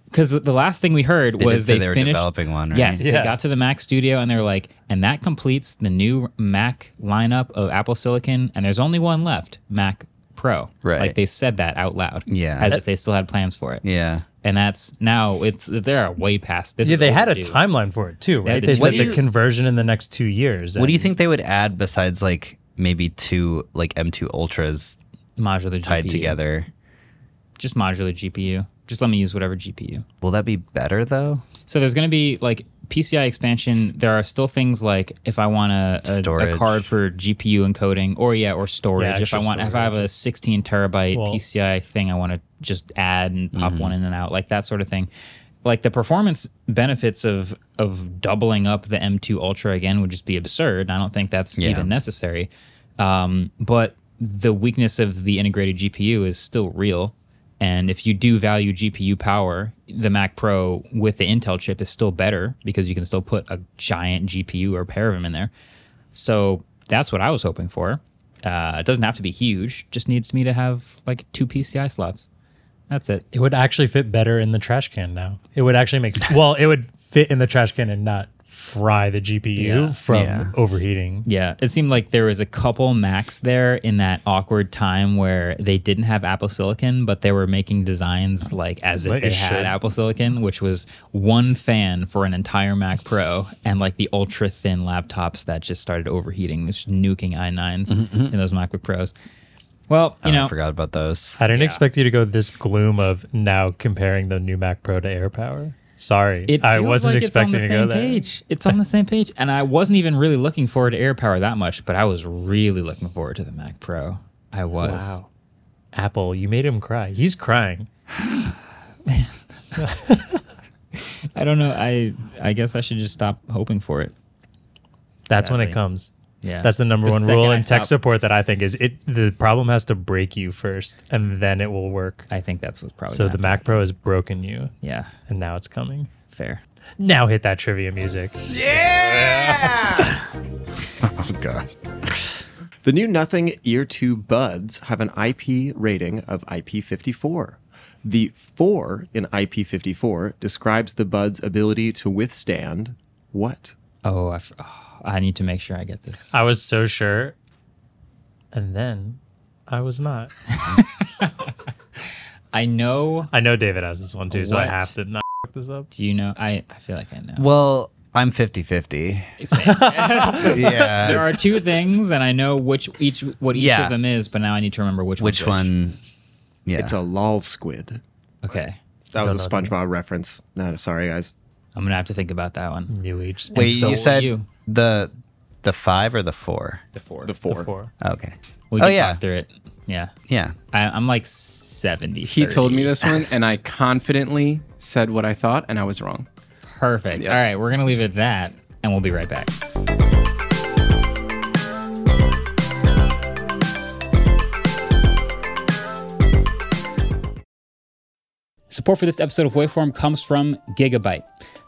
because the last thing we heard They did was say they, they were finished. developing one, right? Yes, they Yeah. got to the Mac Studio and they're like, and that completes the new Mac lineup of Apple Silicon, and there's only one left, Mac Pro. Right. Like they said that out loud. Yeah. As if they still had plans for it. Yeah. And that's now it's they're way past this. yeah, is they had a overdue. timeline for it too, right? did. They What said do the you- conversion in the next two years. What do you and think they would add besides like maybe two like M2 Ultras modular tied GPU. together? Just modular GPU. Just let me use whatever GPU. Will that be better though? So there's going to be like PCI expansion. There are still things like if I want a, a, a Storage. card for GPU encoding, or yeah, or storage. Yeah, if I extra want, if I have a 16 terabyte Well- Mm-hmm. PCI thing, I want to just add and pop one in and out, like that sort of thing. like the performance benefits of of doubling up the M2 Ultra again would just be absurd. I don't think that's Yeah. even necessary. Um, but the weakness of the integrated GPU is still real. And if you do value GPU power, the Mac Pro with the Intel chip is still better because you can still put a giant GPU or a pair of them in there. So that's what I was hoping for. Uh, it doesn't have to be huge; just needs me to have like two PCI slots. That's it. It would actually fit better in the trash can now. It would actually make well, it would fit in the trash can and not fry the GPU Yeah. from Yeah. overheating. Yeah, it seemed like there was a couple Macs there in that awkward time where they didn't have Apple Silicon, but they were making designs like as if Like they it had should. Apple Silicon, which was one fan for an entire Mac Pro and like the ultra thin laptops that just started overheating, just nuking i9s Mm-hmm, in those MacBook Pros. Well, you Oh, know, I forgot about those. I didn't expect you to go this gloom of now comparing the new Mac Pro to AirPower. Sorry, It I feels wasn't like expecting it's to on the go same there. page. It's on the same page, and I wasn't even really looking forward to Air Power that much, but I was really looking forward to the Mac Pro. I was. Wow. Apple, you made him cry. He's crying. I don't know. I I guess I should just stop hoping for it. That's when Exactly. it comes. Yeah. That's the number The one second rule I in tech stop- support that I think is it the problem has to break you first and then it will work. I think that's what's probably So the happening. Mac Pro has broken you Yeah, and now it's coming. fair. Now hit that trivia music. Oh gosh. The new Nothing Ear 2 buds have an IP rating of IP54. The 4 in IP54 describes the bud's ability to withstand what? Oh, I, f- oh, I need to make sure I get this. I was so sure. And then I was not. I know. I know David has this one too, so I What? have to not f this up. Do you know? I I feel like I know. Well, I'm 50 50. there Yeah. are two things, and I know which each what each Yeah. of them is, but now I need to remember which Which one's one? Yeah. It's a lol squid. which. Okay, That Don't was a know what SpongeBob reference. No, sorry guys. I'm gonna have to think about that one. New age Wait, so you will said you. the the five or the four? The four. The 4. before. Okay. We oh can yeah, talk through it. Yeah, yeah. I, I'm like seventy. He told me 30. this one, and I confidently said what I thought, and I was wrong. Perfect. All right, we're gonna leave it at that, and we'll be right back. Support for this episode of Waveform comes from Gigabyte.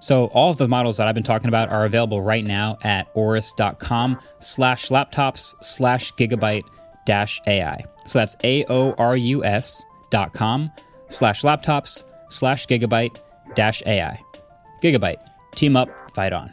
So all of the models that I've been talking about are available right now at oris.com slash laptops slash gigabyte dash AI. So that's A-O-R-U-S dot com slash laptops slash gigabyte dash AI. Gigabyte. Team up, fight on.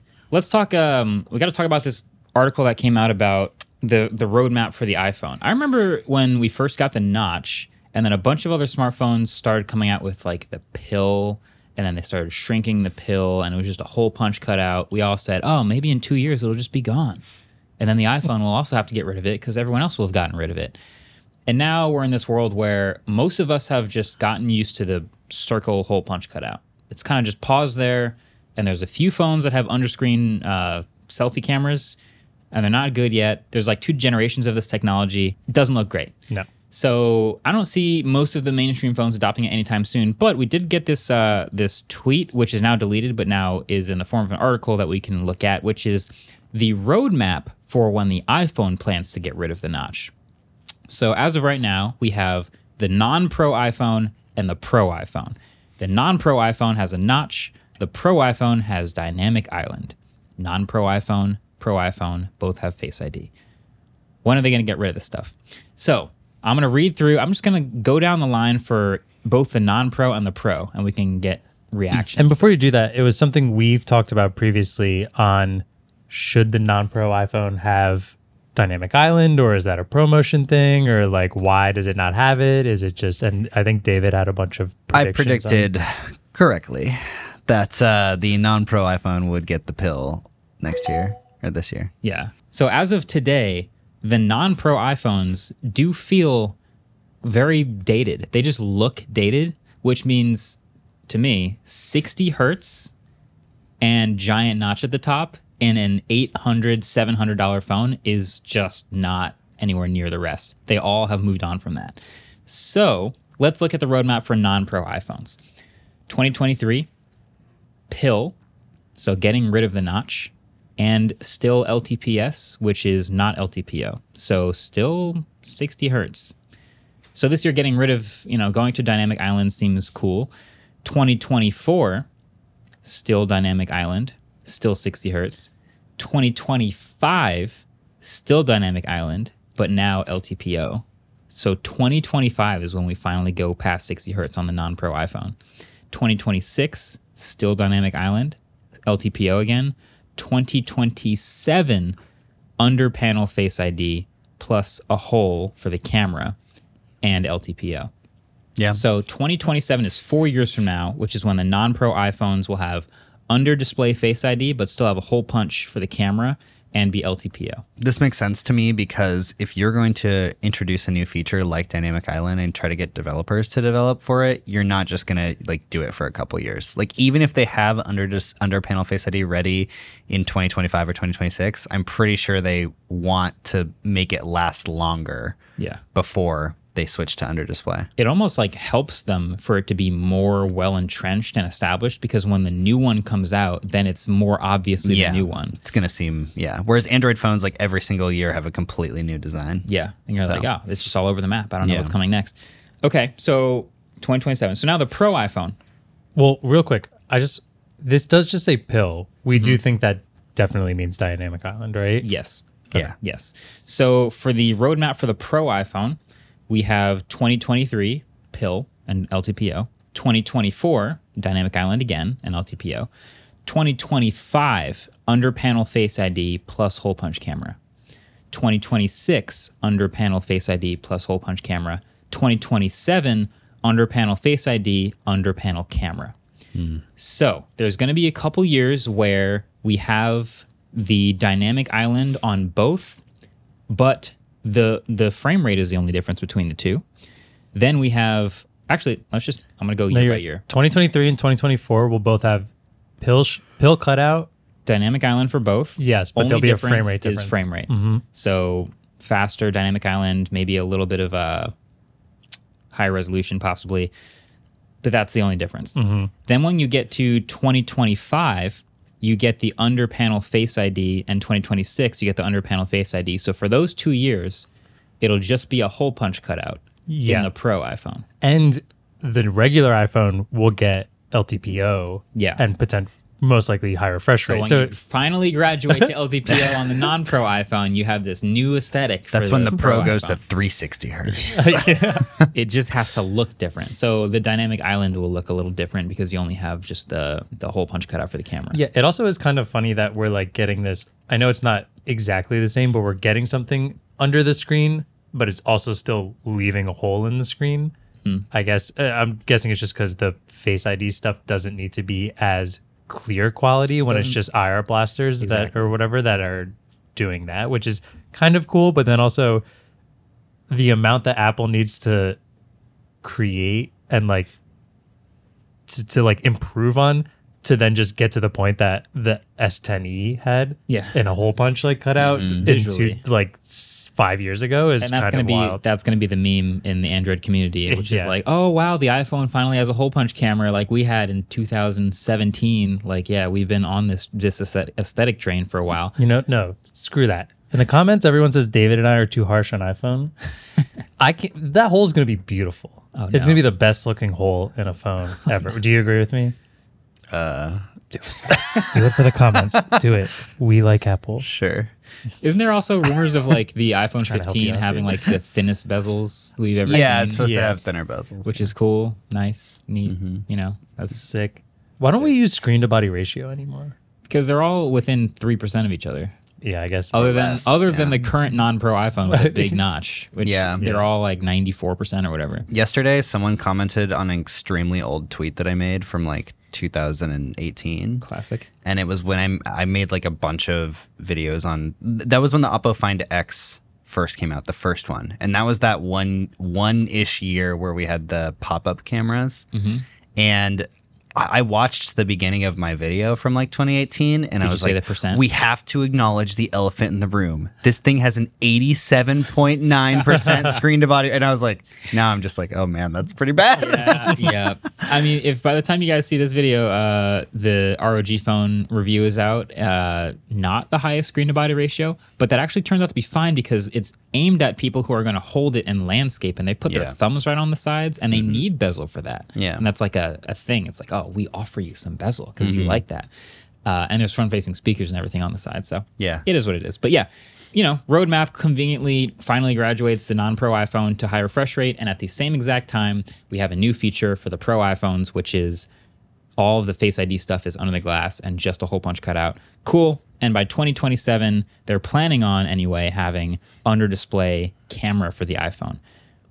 Let's talk. Um, we got to talk about this article that came out about the the roadmap for the iPhone. I remember when we first got the notch, and then a bunch of other smartphones started coming out with like the pill, and then they started shrinking the pill, and it was just a hole punch cut out. We all said, "Oh, maybe in two years it'll just be gone," and then the iPhone will also have to get rid of it because everyone else will have gotten rid of it. And now we're in this world where most of us have just gotten used to the circle hole punch cutout. It's kind of just paused there, and there's a few phones that have underscreen uh, selfie cameras, and they're not good yet. There's like two generations of this technology. It doesn't look great. No. So I don't see most of the mainstream phones adopting it anytime soon. But we did get this uh, this tweet, which is now deleted, but now is in the form of an article that we can look at, which is the roadmap for when the iPhone plans to get rid of the notch. So as of right now, we have the non-pro iPhone and the pro iPhone. The non-pro iPhone has a notch. The pro iPhone has dynamic island. Non-pro iPhone, pro iPhone, both have Face ID. When are they going to get rid of this stuff? So I'm going to read through. I'm just going to go down the line for both the non-pro and the pro, and we can get reaction. And before you do that, it was something we've talked about previously on should the non-pro iPhone have dynamic island or is that a promotion thing or like why does it not have it? Is it just and I think David had a bunch of I predictions on- predicted correctly that uh, the non-pro iPhone would get the pill next year or this year. Yeah. So as of today, the non-pro iPhones do feel very dated. They just look dated, which means to me 60 hertz and giant notch at the top in an 800 700 dollar phone is just not anywhere near the rest. They all have moved on from that. So, let's look at the roadmap for non-pro iPhones. 2023 pill so getting rid of the notch and still LTPS, which is not LTPO. So still 60 hertz. So this year, getting rid of, you know, going to Dynamic Island seems cool. 2024, still Dynamic Island, still 60 hertz. 2025, still Dynamic Island, but now LTPO. So 2025 is when we finally go past 60 hertz on the non pro iPhone. 2026, still Dynamic Island, LTPO again. 2027, under panel Face ID plus a hole for the camera and LTPO. Yeah. So 2027 is four years from now, which is when the non pro iPhones will have under display Face ID, but still have a hole punch for the camera and be LTPO. This makes sense to me because if you're going to introduce a new feature like Dynamic Island and try to get developers to develop for it, you're not just gonna like do it for a couple years. Like even if they have under just under panel face ID ready in 2025 or 2026, I'm pretty sure they want to make it last longer Yeah. before they switch to under display. it almost like helps them for it to be more well entrenched and established because when the new one comes out, then it's more obviously the new one. It's gonna seem yeah. Whereas Android phones like every single year have a completely new design. Yeah. And you're So. like, oh, it's just all over the map. I don't know Yeah. what's coming next. Okay. So 2027. So now the pro iPhone. Well, real quick, I just this does just say pill. We do think that definitely means dynamic island, right? Yes. Mm-hmm. Yeah. Yes. So for the roadmap for the pro iPhone, we have 2023 pill and LTPO, 2024 dynamic island again and LTPO, 2025 under panel face ID plus hole punch camera. 2026 under panel face ID plus hole punch camera, 2027 under panel face ID under panel camera. So there's going to be a couple years where we have the dynamic island on both, but the the frame rate is the only difference between the two. Then we have actually let's just I'm going to go No, year you're by right. year. 2023 and 2024 will both have pill sh- pill cutout. Dynamic Island for both. Yes, but Only there'll be a frame difference rate Is difference. Mm-hmm. frame rate. So faster Dynamic Island, maybe a little bit of a high resolution, Mm-hmm. possibly. But that's the only difference. Then when you get to 2025, you get the under panel face ID, and 2026, you get the under panel face ID. So for those two years, it'll just be a hole punch cutout Yeah. in the Pro iPhone. and the regular iPhone will get LTPO, Yeah. and potent most likely higher refresh So rate. when So you finally graduate to LTPO on the non-Pro iPhone, you have this new aesthetic. for That's when the pro goes iPhone. to 360 hertz. it just has to look different. So the dynamic island will look a little different because you only have just the the hole punch cutout for the camera. yeah, it also is kind of funny that we're like getting this. I know it's not exactly the same, but we're getting something under the screen, but it's also still leaving a hole in the screen. Hmm. I guess uh, I'm guessing it's just because the Face ID stuff doesn't need to be as clear quality when it's just IR blasters that or whatever that are doing that, which is kind of cool. But then also the amount that Apple needs to create and like to, to like improve on to then just get to the point that the S10e had Yeah. in a hole punch like cutout into Visually. like s- five years ago is And that's kind gonna of be wild. that's gonna be the meme in the Android community, which Yeah. is like, oh wow, the iPhone finally has a hole punch camera like we had in 2017. Like, yeah, we've been on this this aesthet- aesthetic train for a while. You know, no, screw that. In the comments, everyone says David and I are too harsh on iPhone. I can not that hole's gonna be beautiful. it's gonna be the best looking hole in a phone ever. Do you agree with me? Uh, do it. do it for the comments. Do it. We like Apple. sure. Isn't there also rumors of like the iPhone to help you 15 out, having dude. like the thinnest bezels we've ever Yeah, seen, it's supposed Yeah. to have thinner bezels. which is cool, nice, neat. Mm-hmm. You know, that's Sick. Why don't we use screen to body ratio anymore? because they're all within three percent of each other. Yeah, I guess. other than less, other than yeah. the current non-pro iPhone with a big notch, which Yeah. they're Yeah. all like ninety four percent or whatever. Yesterday, someone commented on an extremely old tweet that I made from like 2018. Classic. and it was when I I made like a bunch of videos on that was when the Oppo Find X first came out, the first one, and that was that one one ish year where we had the pop up cameras, Mm-hmm. and I I watched the beginning of my video from like 2018, and I you was say like, the percent? "We have to acknowledge the elephant in the room. This thing has an 87.9 percent screen to body." And I was like, "Now I'm just like, oh man, that's pretty bad." Uh, yeah. I mean, if by the time you guys see this video, uh, the ROG phone review is out, uh, not the highest screen to body ratio, but that actually turns out to be fine because it's aimed at people who are going to hold it in landscape and they put Yeah. Mm-hmm. their thumbs right on the sides and they need bezel for that. Yeah. And that's like a, a thing. It's like, oh, we offer you some bezel because Mm-hmm. you like that. Uh, and there's front facing speakers and everything on the side. So Yeah. it is what it is. But yeah, you know, roadmap conveniently finally graduates the non-pro iPhone to high refresh rate, and at the same exact time, we have a new feature for the pro iPhones, which is all of the Face ID stuff is under the glass and just a hole punch cutout. Cool. And by 2027, they're planning on anyway having under display camera for the iPhone,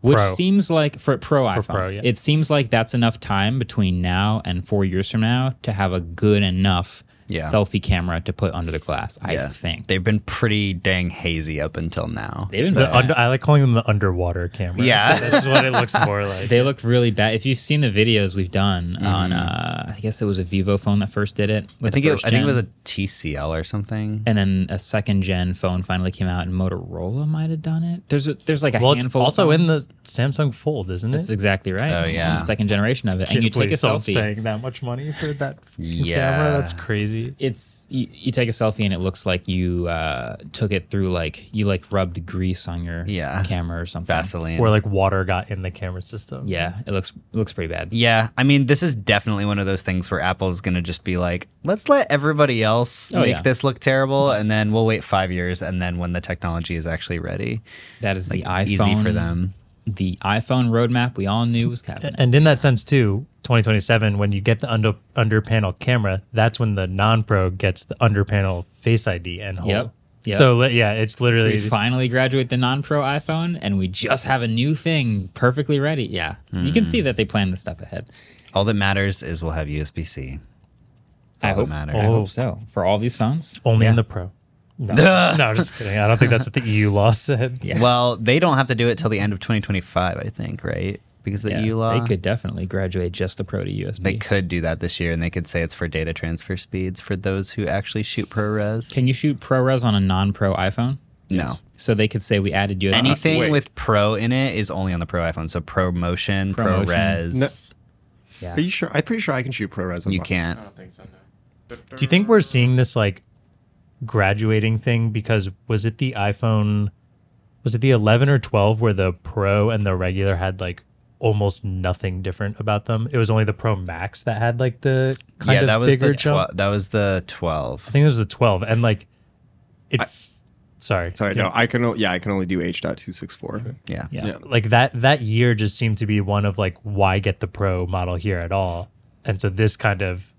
which Pro. seems like for pro iPhone, Pro, yeah. it seems like that's enough time between now and four years from now to have a good enough Yeah. selfie camera to put under the glass. I think They've been pretty dang hazy up until now. They didn't the under, I like calling them the underwater camera. Yeah. that's what it looks more like. They look really bad. If you've seen the videos we've done on, uh, I guess it was a Vivo phone that first did it. Mm-hmm. I With think, the it, first I think it gen. was a TCL or something. and then a second gen phone finally came out, and Motorola might have done it. There's a, there's like a well, it's handful. also of in phones. the Samsung Fold, isn't it? That's exactly right. Oh, yeah. The second generation of it, Can't and you take a believe someone's selfie. paying that much money for that fucking Yeah. camera. That's crazy. It's you, you take a selfie and it looks like you uh, took it through like you like rubbed grease on your Yeah. camera or something. Vaseline. Where like water got in the camera system. Yeah, it looks it looks pretty bad. yeah, I mean, this is definitely one of those things where Apple's going to just be like, let's let everybody else Oh, make yeah. this look terrible, and then we'll wait five years, and then when the technology is actually ready, That is the iPhone. it's easy for them. The iPhone roadmap we all knew was happening. And in that sense too, 2027 when you get the under under panel camera, that's when the non-pro gets the under panel face ID and hole. Yep. Yep. So li- yeah, it's literally we finally graduate the non-pro iPhone and we just have a new thing perfectly ready. Yeah. You can Hmm. see that they plan this stuff ahead. All that matters is we'll have USB C. I all that hope, matters. I hope so. For all these phones? only in the pro. No, no, just kidding. I don't think that's what the EU law said. Yeah. Well, they don't have to do it till the end of 2025, I think, right? Because the Yeah, EU law. They could definitely graduate just the pro to USB. They could do that this year, and they could say it's for data transfer speeds for those who actually shoot ProRes. Can you shoot ProRes on a non-pro iPhone? no. So they could say we added USB. Anything wait. with Pro in it is only on the Pro iPhone. So Pro Motion, Pro Promotion. Res, Are you sure? I'm pretty sure I can shoot ProRes. on you mine. can't. I don't think so. No. Do you think we're seeing this like graduating thing because was it the iPhone was it the 11 or 12 where the Pro and the regular had like almost nothing different about them? It was only the Pro Max that had like the kind yeah, of that was bigger the jump. tw- that was the twelve. I think it was the 12 and like it f- sorry. Sorry, Yeah. no, I can. o- Yeah, I can only do H.264. yeah. Yeah. Like that that year just seemed to be one of like why get the pro model here at all. And so this kind of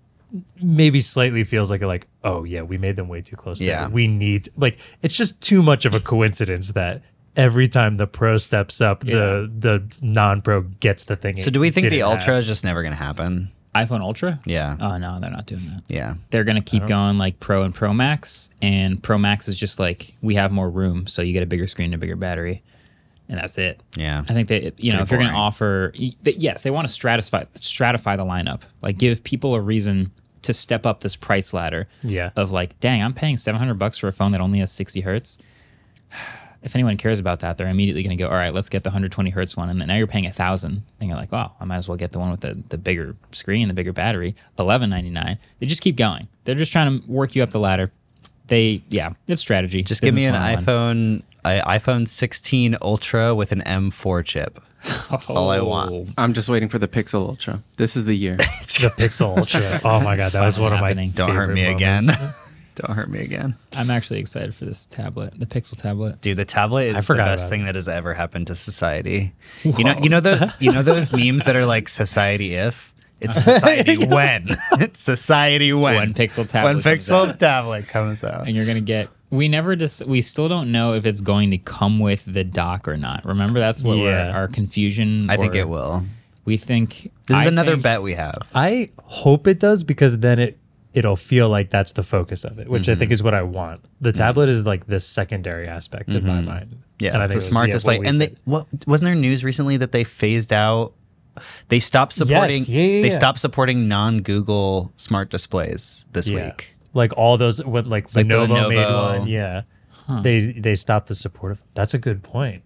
maybe slightly feels like a like oh yeah, we made them way too close. Yeah. There. We need like it's just too much of a coincidence that every time the pro steps up, the the non-pro gets the thing. So it Uh, do we think the didn't have. Ultra is just never going to happen? iPhone Ultra? Yeah. Oh no, they're not doing that. Yeah. They're gonna keep going like Pro and Pro Max, and Pro Max is just like we have more room, so you get a bigger screen and a bigger battery, and that's it. Yeah. I think that you know if you're going to boring. offer, y- that- yes, they want to stratify stratify the lineup, like give people a reason to step up this price ladder. Yeah. Of like, dang, I'm paying 700 bucks for a phone that only has 60 hertz. If anyone cares about that, they're immediately going to go, all right, let's get the 120 hertz one, and then now you're paying a thousand, and you're like, wow, I might as well get the one with the, the bigger screen, the bigger battery, 11.99. They just keep going. They're just trying to work you up the ladder. They, yeah, it's strategy. Just give me an Business 101. iPhone i iPhone 16 Ultra with an M4 chip. That's all I Oh, want. I'm just waiting for the Pixel Ultra. This is the year. the Pixel Ultra. Oh my god, that was one of my happening. Don't hurt favorite me again. moments. Don't hurt me again. I'm actually excited for this tablet, the Pixel tablet. Dude, the tablet I is the forgot best about thing that has ever happened to society. You know, you know those, you know those memes that are like society if. It's society when. It's society when. When Pixel tablet When comes Pixel out. tablet comes out. and you're gonna get. We never just. we still don't know if it's going to come with the dock or not. Remember, that's what we're- Yeah. our confusion. I think or it will. We think This I is another think- bet we have. I hope it does because then it it'll feel like that's the focus of it, which I Mm-hmm. think is what I want. The tablet is like the secondary aspect in my mind. Mm-hmm. Yeah, And I think it's a it was- smart yeah, display. what we And they, said. what wasn't there news recently that they phased out? They stopped supporting. yeah, yeah, they yeah. stopped supporting non-Google smart displays this yeah. week. like all those what like, Like the Lenovo, made Lenovo. one. Yeah, they they stopped the support of. That's a good point.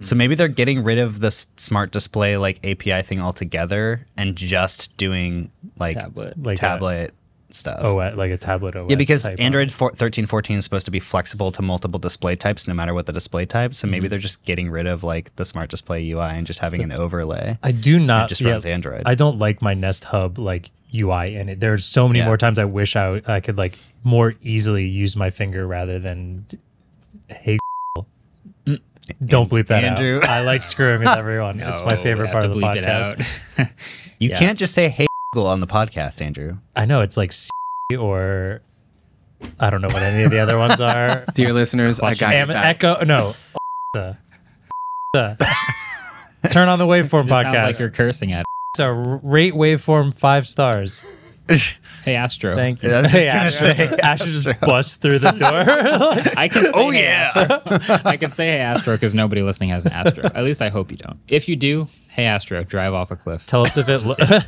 So maybe they're getting rid of the s- smart display like API thing altogether and just doing like Tablet. Like a- tablet stuff. Oh, uh, like a tablet OS. yeah, because type Android four, 13, 14 is supposed to be flexible to multiple display types, no matter what the display type. So maybe they're just getting rid of like the smart display UI and just having an overlay. I do not just runs Android. I don't like my Nest Hub like UI in it. There's so many Yeah. more times I wish I I could like more easily use my finger rather than hey. Don't bleep that Andrew. out. I like screwing with everyone. it's my No, favorite we part have to of the bleep it podcast. out. You Yeah. can't just say "Hey" Google on the podcast, Andrew. I know it's like C or I don't know what any of the other ones are. Dear listeners, I got Am- you back. Echo. No. Turn on the waveform It sounds like podcast. you're cursing at. It. it's a rate waveform five stars. Hey Astro. Thank you. I was just Hey, gonna Ash, say, Ash just busts through the door. I can say Oh, hey, yeah. Astro. I can say hey Astro because nobody listening has an Astro. At least I hope you don't. If you do, hey Astro, drive off a cliff. Tell us if it. Lo-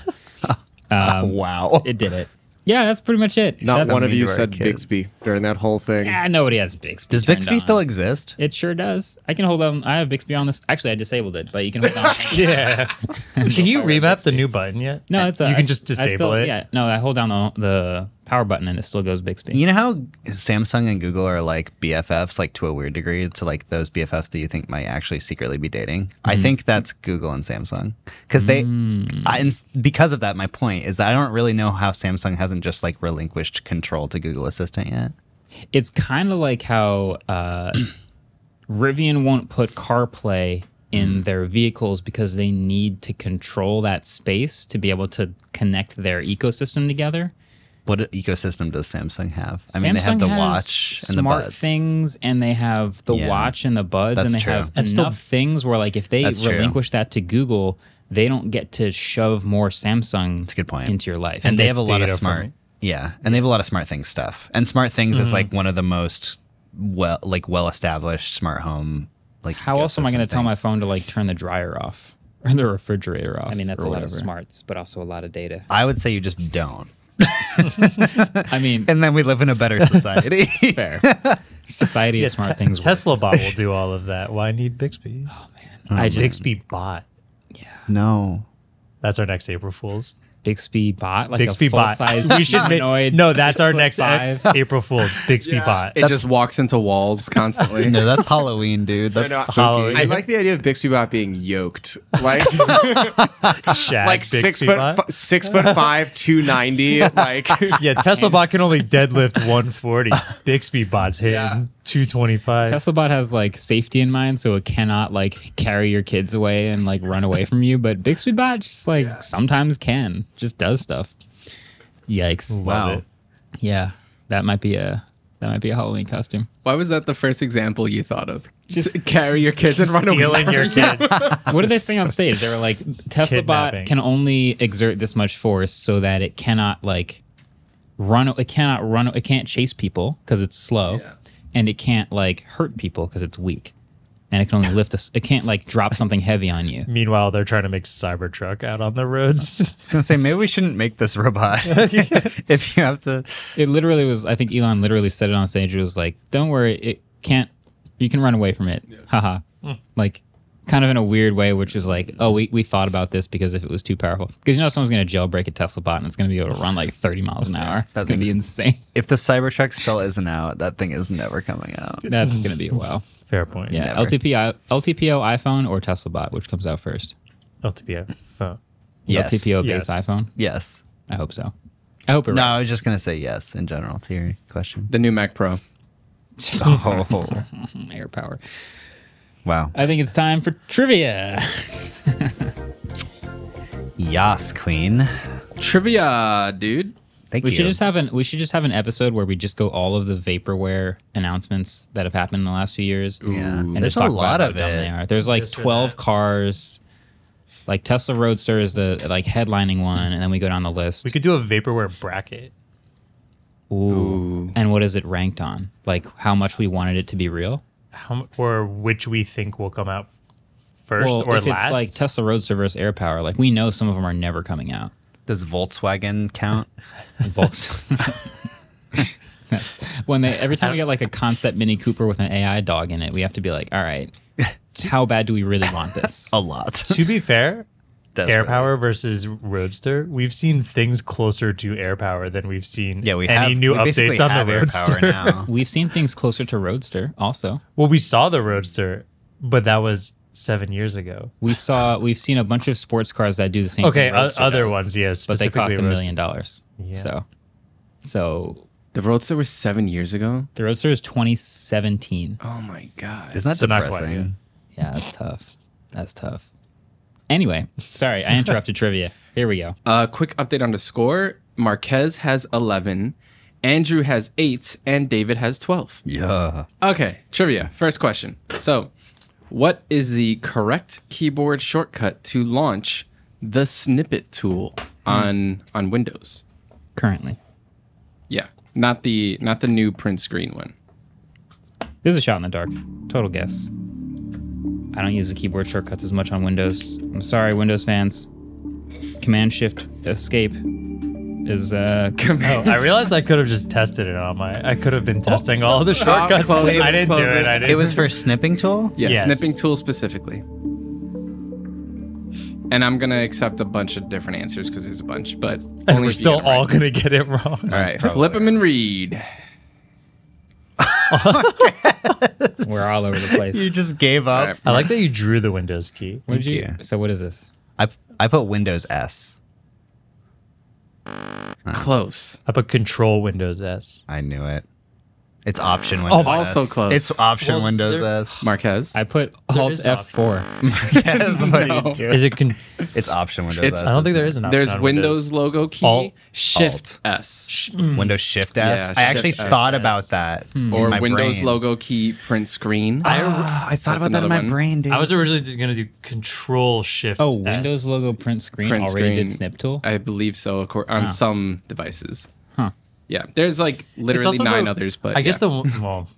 wow. Um, It did it. Yeah, that's pretty much it. Not That's- one of mean you to our said kids. Bixby during that whole thing. Ah, nobody has Bixby. Does turned Bixby on. still exist? It sure does. I can hold on. I have Bixby on this. Actually, I disabled it, but you can hold on. yeah. Can you remap the new button yet? No, it's a, you I can s- just I disable still- it. Yeah, no, I hold down the, the power button and it still goes Bixby. You know how Samsung and Google are like BFFs, like to a weird degree, to like those BFFs that you think might actually secretly be dating. I Mm-hmm. think that's Google and Samsung because they, Mm. I, and s- because of that, my point is that I don't really know how Samsung hasn't just like relinquished control to Google Assistant yet. It's kind of like how uh, Rivian won't put CarPlay Mm. in their vehicles because they need to control that space to be able to connect their ecosystem together. What ecosystem does Samsung have? I mean, they have Samsung the has watch and the smart buds. things, and they have the Yeah. watch and the buds, That's and they true. have And still- enough things where, like, if they That's true. relinquish that to Google, they don't get to shove more Samsung. a good point. into your life, and they have a lot of data from smart it. yeah and they have a lot of smart things stuff and smart things is Mm. like one of the most well like well established smart home like How else am I going to ecosystem tell my things. phone to like turn the dryer off or the refrigerator off? I mean, that's or a lot of whatever? smarts, but also a lot of data. i would say you just don't I mean, and then we live in a better society fair society Yeah, of smart Te- things. Tesla bot will do all of that. Why need Bixby? I just Bixby bot. no That's our next April Fools. Bixby bot, like Bixby a full bot. size. we should make humanoid no. That's six our foot uh, next five. April Fool's Bixby bot. It just walks into walls constantly. No, that's Halloween, dude. That's no, I- Halloween. I like the idea of Bixby Bot being yoked, like Shag like Bixby six foot bot. fi- six foot five, two ninety. Like yeah, Tesla bot can only deadlift 140. Bixby bot's hitting 225. Tesla bot has like safety in mind, so it cannot like carry your kids away and like run away from you. But Bixby bot just like sometimes can, just does stuff. Yikes! Love Wow. it. Yeah, that might be a that might be a Halloween costume. Why was that the first example you thought of? Just- Just carry your kids and run away. Stealing your kids. what did they say on stage? They were like, Tesla Kidnapping. bot can only exert this much force so that it cannot like run. It cannot run. It can't chase people because it's slow, Yeah. and it can't like hurt people because it's weak, and it can only lift. A, s- it can't like drop something heavy on you. Meanwhile, they're trying to make Cybertruck out on the roads. was gonna say maybe we shouldn't make this robot if you have to. It literally was. I think Elon literally said it on stage. It was like, "Don't worry, it can't. You can run away from it." Haha. Like, kind of in a weird way, which was like, "Oh, we, we thought about this because if it was too powerful, because you know someone's gonna jailbreak a Tesla bot and it's gonna be able to run like 30 miles an hour. That's gonna be insane. If the Cybertruck still isn't out, that thing is never coming out. That's gonna be a while. Fair point. Yeah. Never. LTPO, LTPO iPhone or Tesla bot, which comes out first? LTPO phone. Yes. LTPO Yes. based iPhone. Yes. I hope so. I hope it. No, No. I was just gonna say yes in general to your question. The new Mac Pro. Oh, Air power. wow. I think it's time for trivia. Yas, Queen. Trivia, dude. Thank We you. should just have an we should just have an episode where we just go all of the vaporware announcements that have happened in the last few years. Yeah. and There's just talk a lot about how of dumb it. They are. There's like This or twelve that. cars. Like Tesla Roadster is the like headlining one, and then we go down the list. We could do a vaporware bracket. Ooh. And what is it ranked on? Like how much we wanted it to be real? How, mu- or which we think will come out first well, or if last. it's like Tesla Roadster versus Air Power, like we know some of them are never coming out. Does Volkswagen count? And Volks. That's when they every time we get like a concept Mini Cooper with an AI dog in it, we have to be like, all right, how bad do we really want this? A lot. to be fair, That's air right. power versus roadster. We've seen things closer to air power than we've seen. Yeah, we any have new we basically updates on have the air power roadster. now. We've seen things closer to Roadster. Also, well, we saw the roadster, but that was seven years ago. we saw we've seen a bunch of sports cars that do the same. Okay, thing o- Roadster other does, ones, yes, but they cost a million dollars. dollars. Yeah. So, so The Roadster was seven years ago. the Roadster is 2017. Oh my god. Isn't that So not quite depressing? yet. Yeah, that's tough. That's tough. Anyway, sorry, I interrupted trivia. Here we go. A uh, quick update on the score. Marquez has eleven, Andrew has eight, and David has twelve. Yeah. Okay, trivia. First question. So, what is the correct keyboard shortcut to launch the snippet tool on on Windows? Currently, Yeah, not the not the new print screen one. this is a shot in the dark. Total guess. I don't use the keyboard shortcuts as much on Windows. I'm sorry, Windows fans. Command Shift Escape is uh Oh, I realized I could have just tested it on my. I could have been testing all the shortcuts. close it, I didn't close do it. it. I didn't. Oh. It was for snipping tool. Yeah, Yes. snipping tool specifically. And I'm gonna accept a bunch of different answers because there's a bunch, but And only we're if you still get it right. all gonna get it wrong. All right, flip them and read. we're all over the place. You just gave up. Alright. I like that you drew the Windows key. What did you? you. So what is this? I I put Windows S. Close. I put Control Windows S. I knew it. It's option Windows. also S. close. It's option Well, Windows there- S. Marquez. I put Alt is an F4. Yes, what are you doing? Is it? Con- It's option Windows S. I don't think there is an option. There's on Windows logo key, Alt. Shift S, Windows Shift S. Yeah, I actually Shift S. thought about that. in or my Windows brain. logo key, print screen. I, I thought That's about that in another my one. brain, dude. I was originally just gonna do Control Shift. Oh, S. Windows logo print screen print already screen. did Snip tool. I believe so, acor- on some devices. Huh. Yeah, there's like It's literally also nine the- others, but I guess the yeah. one- well,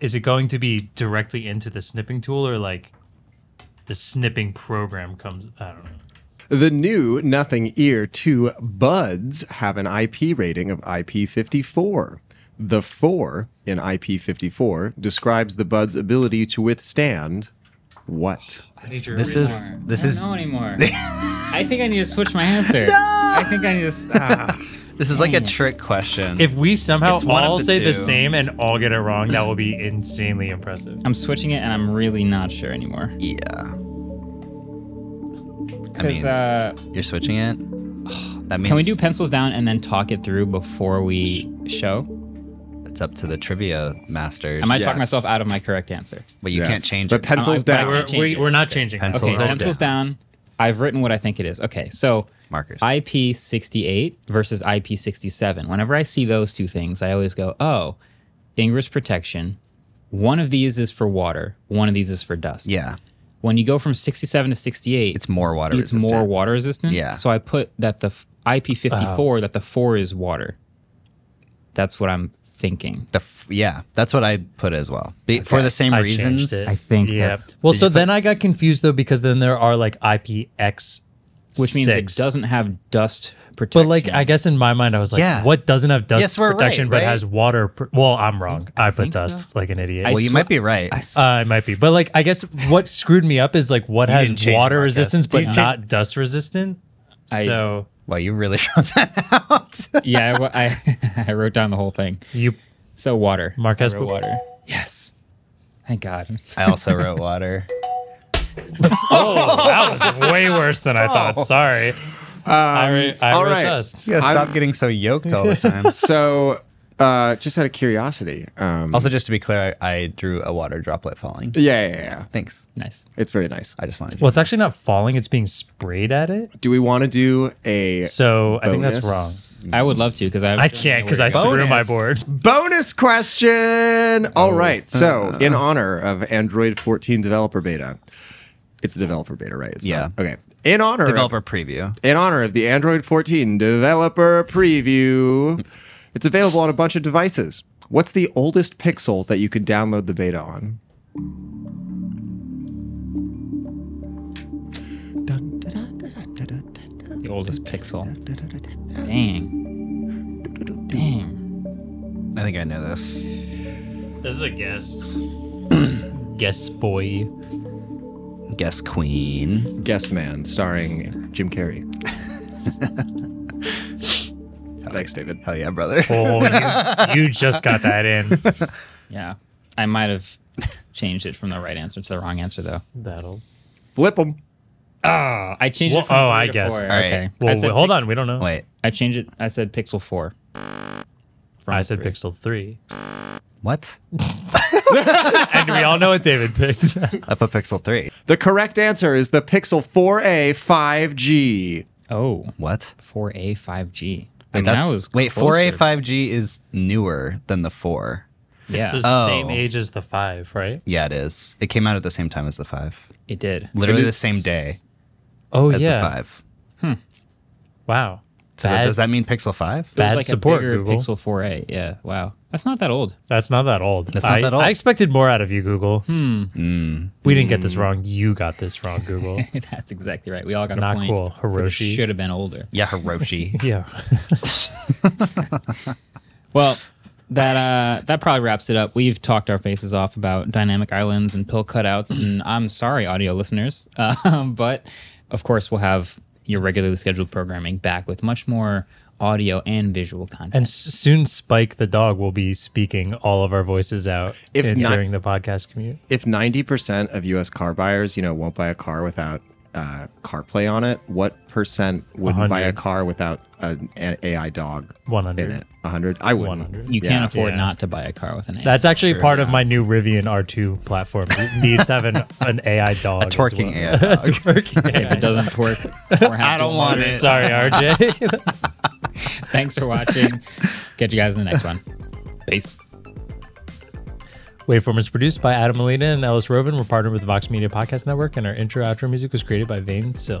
is it going to be directly into the snipping tool or like the snipping program comes? I don't know. the new Nothing Ear Two Buds have an IP rating of IP54. The four in IP54 describes the bud's ability to withstand what? I need your This is this I is don't know anymore. I think I need to switch my answer. I think I need to. s- Ah. This is like a Dang it. trick question. If we somehow It's one of all the say two. the same and all get it wrong, that will be insanely impressive. I'm switching it, and I'm really not sure anymore. yeah. I Because mean, uh, you're switching it. That means can we do pencils down and then talk it through before we show? it's up to the trivia masters. I might talk Yes. myself out of my correct answer. But you Yes. can't change But it. pencils Oh, I- but I down. can't We're, change we, it. we're not changing. that. Pencils Okay, Pencils pencils down. I've written what I think it is. Okay, so Markers. IP 68 versus IP 67. Whenever I see those two things, I always go, oh, Ingress protection. One of these is for water, one of these is for dust. yeah. When you go from 67 to 68, It's more water it's resistant. more water resistant. Yeah. So I put that the f- IP54, Oh. that the four is water. That's what I'm thinking. The f- yeah, that's what I put as well. Be- For the same I changed reasons. it. I think that's- Well, so then I got confused though because then there are like IPX, Which means six. it doesn't have dust protection. But like, I guess in my mind, I was like, Yeah. what doesn't have dust Yes, we're right, protection but right? has water? Pr- well, I'm wrong. I, put think so. dust like an idiot. I Well, you sw- might be right. I s- Uh, I might be, but like, I guess what screwed me up is like what has didn't change water it, Marcus. resistance Did but you change- not dust resistant. I- so well, you really found that out. yeah, I wa- I, I wrote down the whole thing. you, So water. Marquez, I wrote water. Yes. Thank God. I also wrote water. that was way worse than Oh. I thought. Sorry, I, Um, re- I all wrote right. dust. Yeah, stop getting so yoked all the time. So, uh, just out of curiosity, um, also, just to be clear, I, I drew a water droplet falling. yeah, yeah, yeah, Thanks. Nice. it's very nice. I just wanted. Well, it's actually not falling; it's being sprayed at it. Do we want to do a So I think that's wrong. Bonus. Mm. I would love to because I I can't because I threw Bonus. my board. bonus Oh. question? All right. So, Uh. in honor of Android 14 developer beta, it's a developer beta, right? It's Yeah. not- okay. In honor developer Of, preview. in honor of the Android 14 developer preview, it's available on a bunch of devices. What's the oldest pixel that you could download the beta on? the oldest pixel. Dang. Dang. I think I know this. This is a guess. guess boy. Guess queen. Guest Man, starring Jim Carrey. Thanks, David. Hell yeah, brother. Oh, you, you just got that in. Yeah. I might have changed it from the right answer to the wrong answer though. Uh, That'll. Flip them. I changed Well, it from oh, three I to guessed. four. All right. Okay. I Well, said wait, hold pix- on. We don't know. Wait, I changed it. I said pixel 4. From I said three. Pixel 3. what? And we all know what David picked. I put Pixel three. The correct answer is the Pixel 4a 5G. Oh, What? 4A 5G. I Wait, mean, that's I was wait. Four A closer. five G is newer than the four. Yeah, the Oh. same age as the 5, right? Yeah, it is. It came out at the same time as the five. it did. Literally the same day Oh, as yeah. the five. Wow. So that- Bad- does that mean Pixel five? It was Bad like support, a bigger Google. Pixel 4A. Yeah. Wow. That's not that old. That's not that old. That's not I, that old. I expected more out of you, Google. Hmm. We didn't get Hmm. this wrong. You got this wrong, Google. That's exactly right. We all got Not a point. cool, 'cause it Hiroshi. should have been older. Yeah, Hiroshi. yeah. Well, that uh, that probably wraps it up. We've talked our faces off about dynamic islands and pill cutouts, and I'm sorry, audio listeners, uh, but of course we'll have your regularly scheduled programming back with much more audio and visual content. And s- soon Spike the dog will be speaking all of our voices out If in- not- during the podcast commute. If 90% of US car buyers, you know, won't buy a car without uh, CarPlay on it, what percent wouldn't buy a 100. car without an, an AI dog in 100. it? 100? I wouldn't. 100. you can't yeah. afford Yeah. not to buy a car with an AI. That's actually part of my new Rivian R2 platform. It needs to have an, an AI dog. A twerking as AI dog. well. Twerking if it AI. doesn't work, or have to want learn. Sorry, RJ. Thanks for watching. Catch you guys in the next one. Peace. Waveform is produced by Adam Molina and Ellis Rovin. We're partnered with Vox Media Podcast Network, and our intro outro music was created by Vane Sill.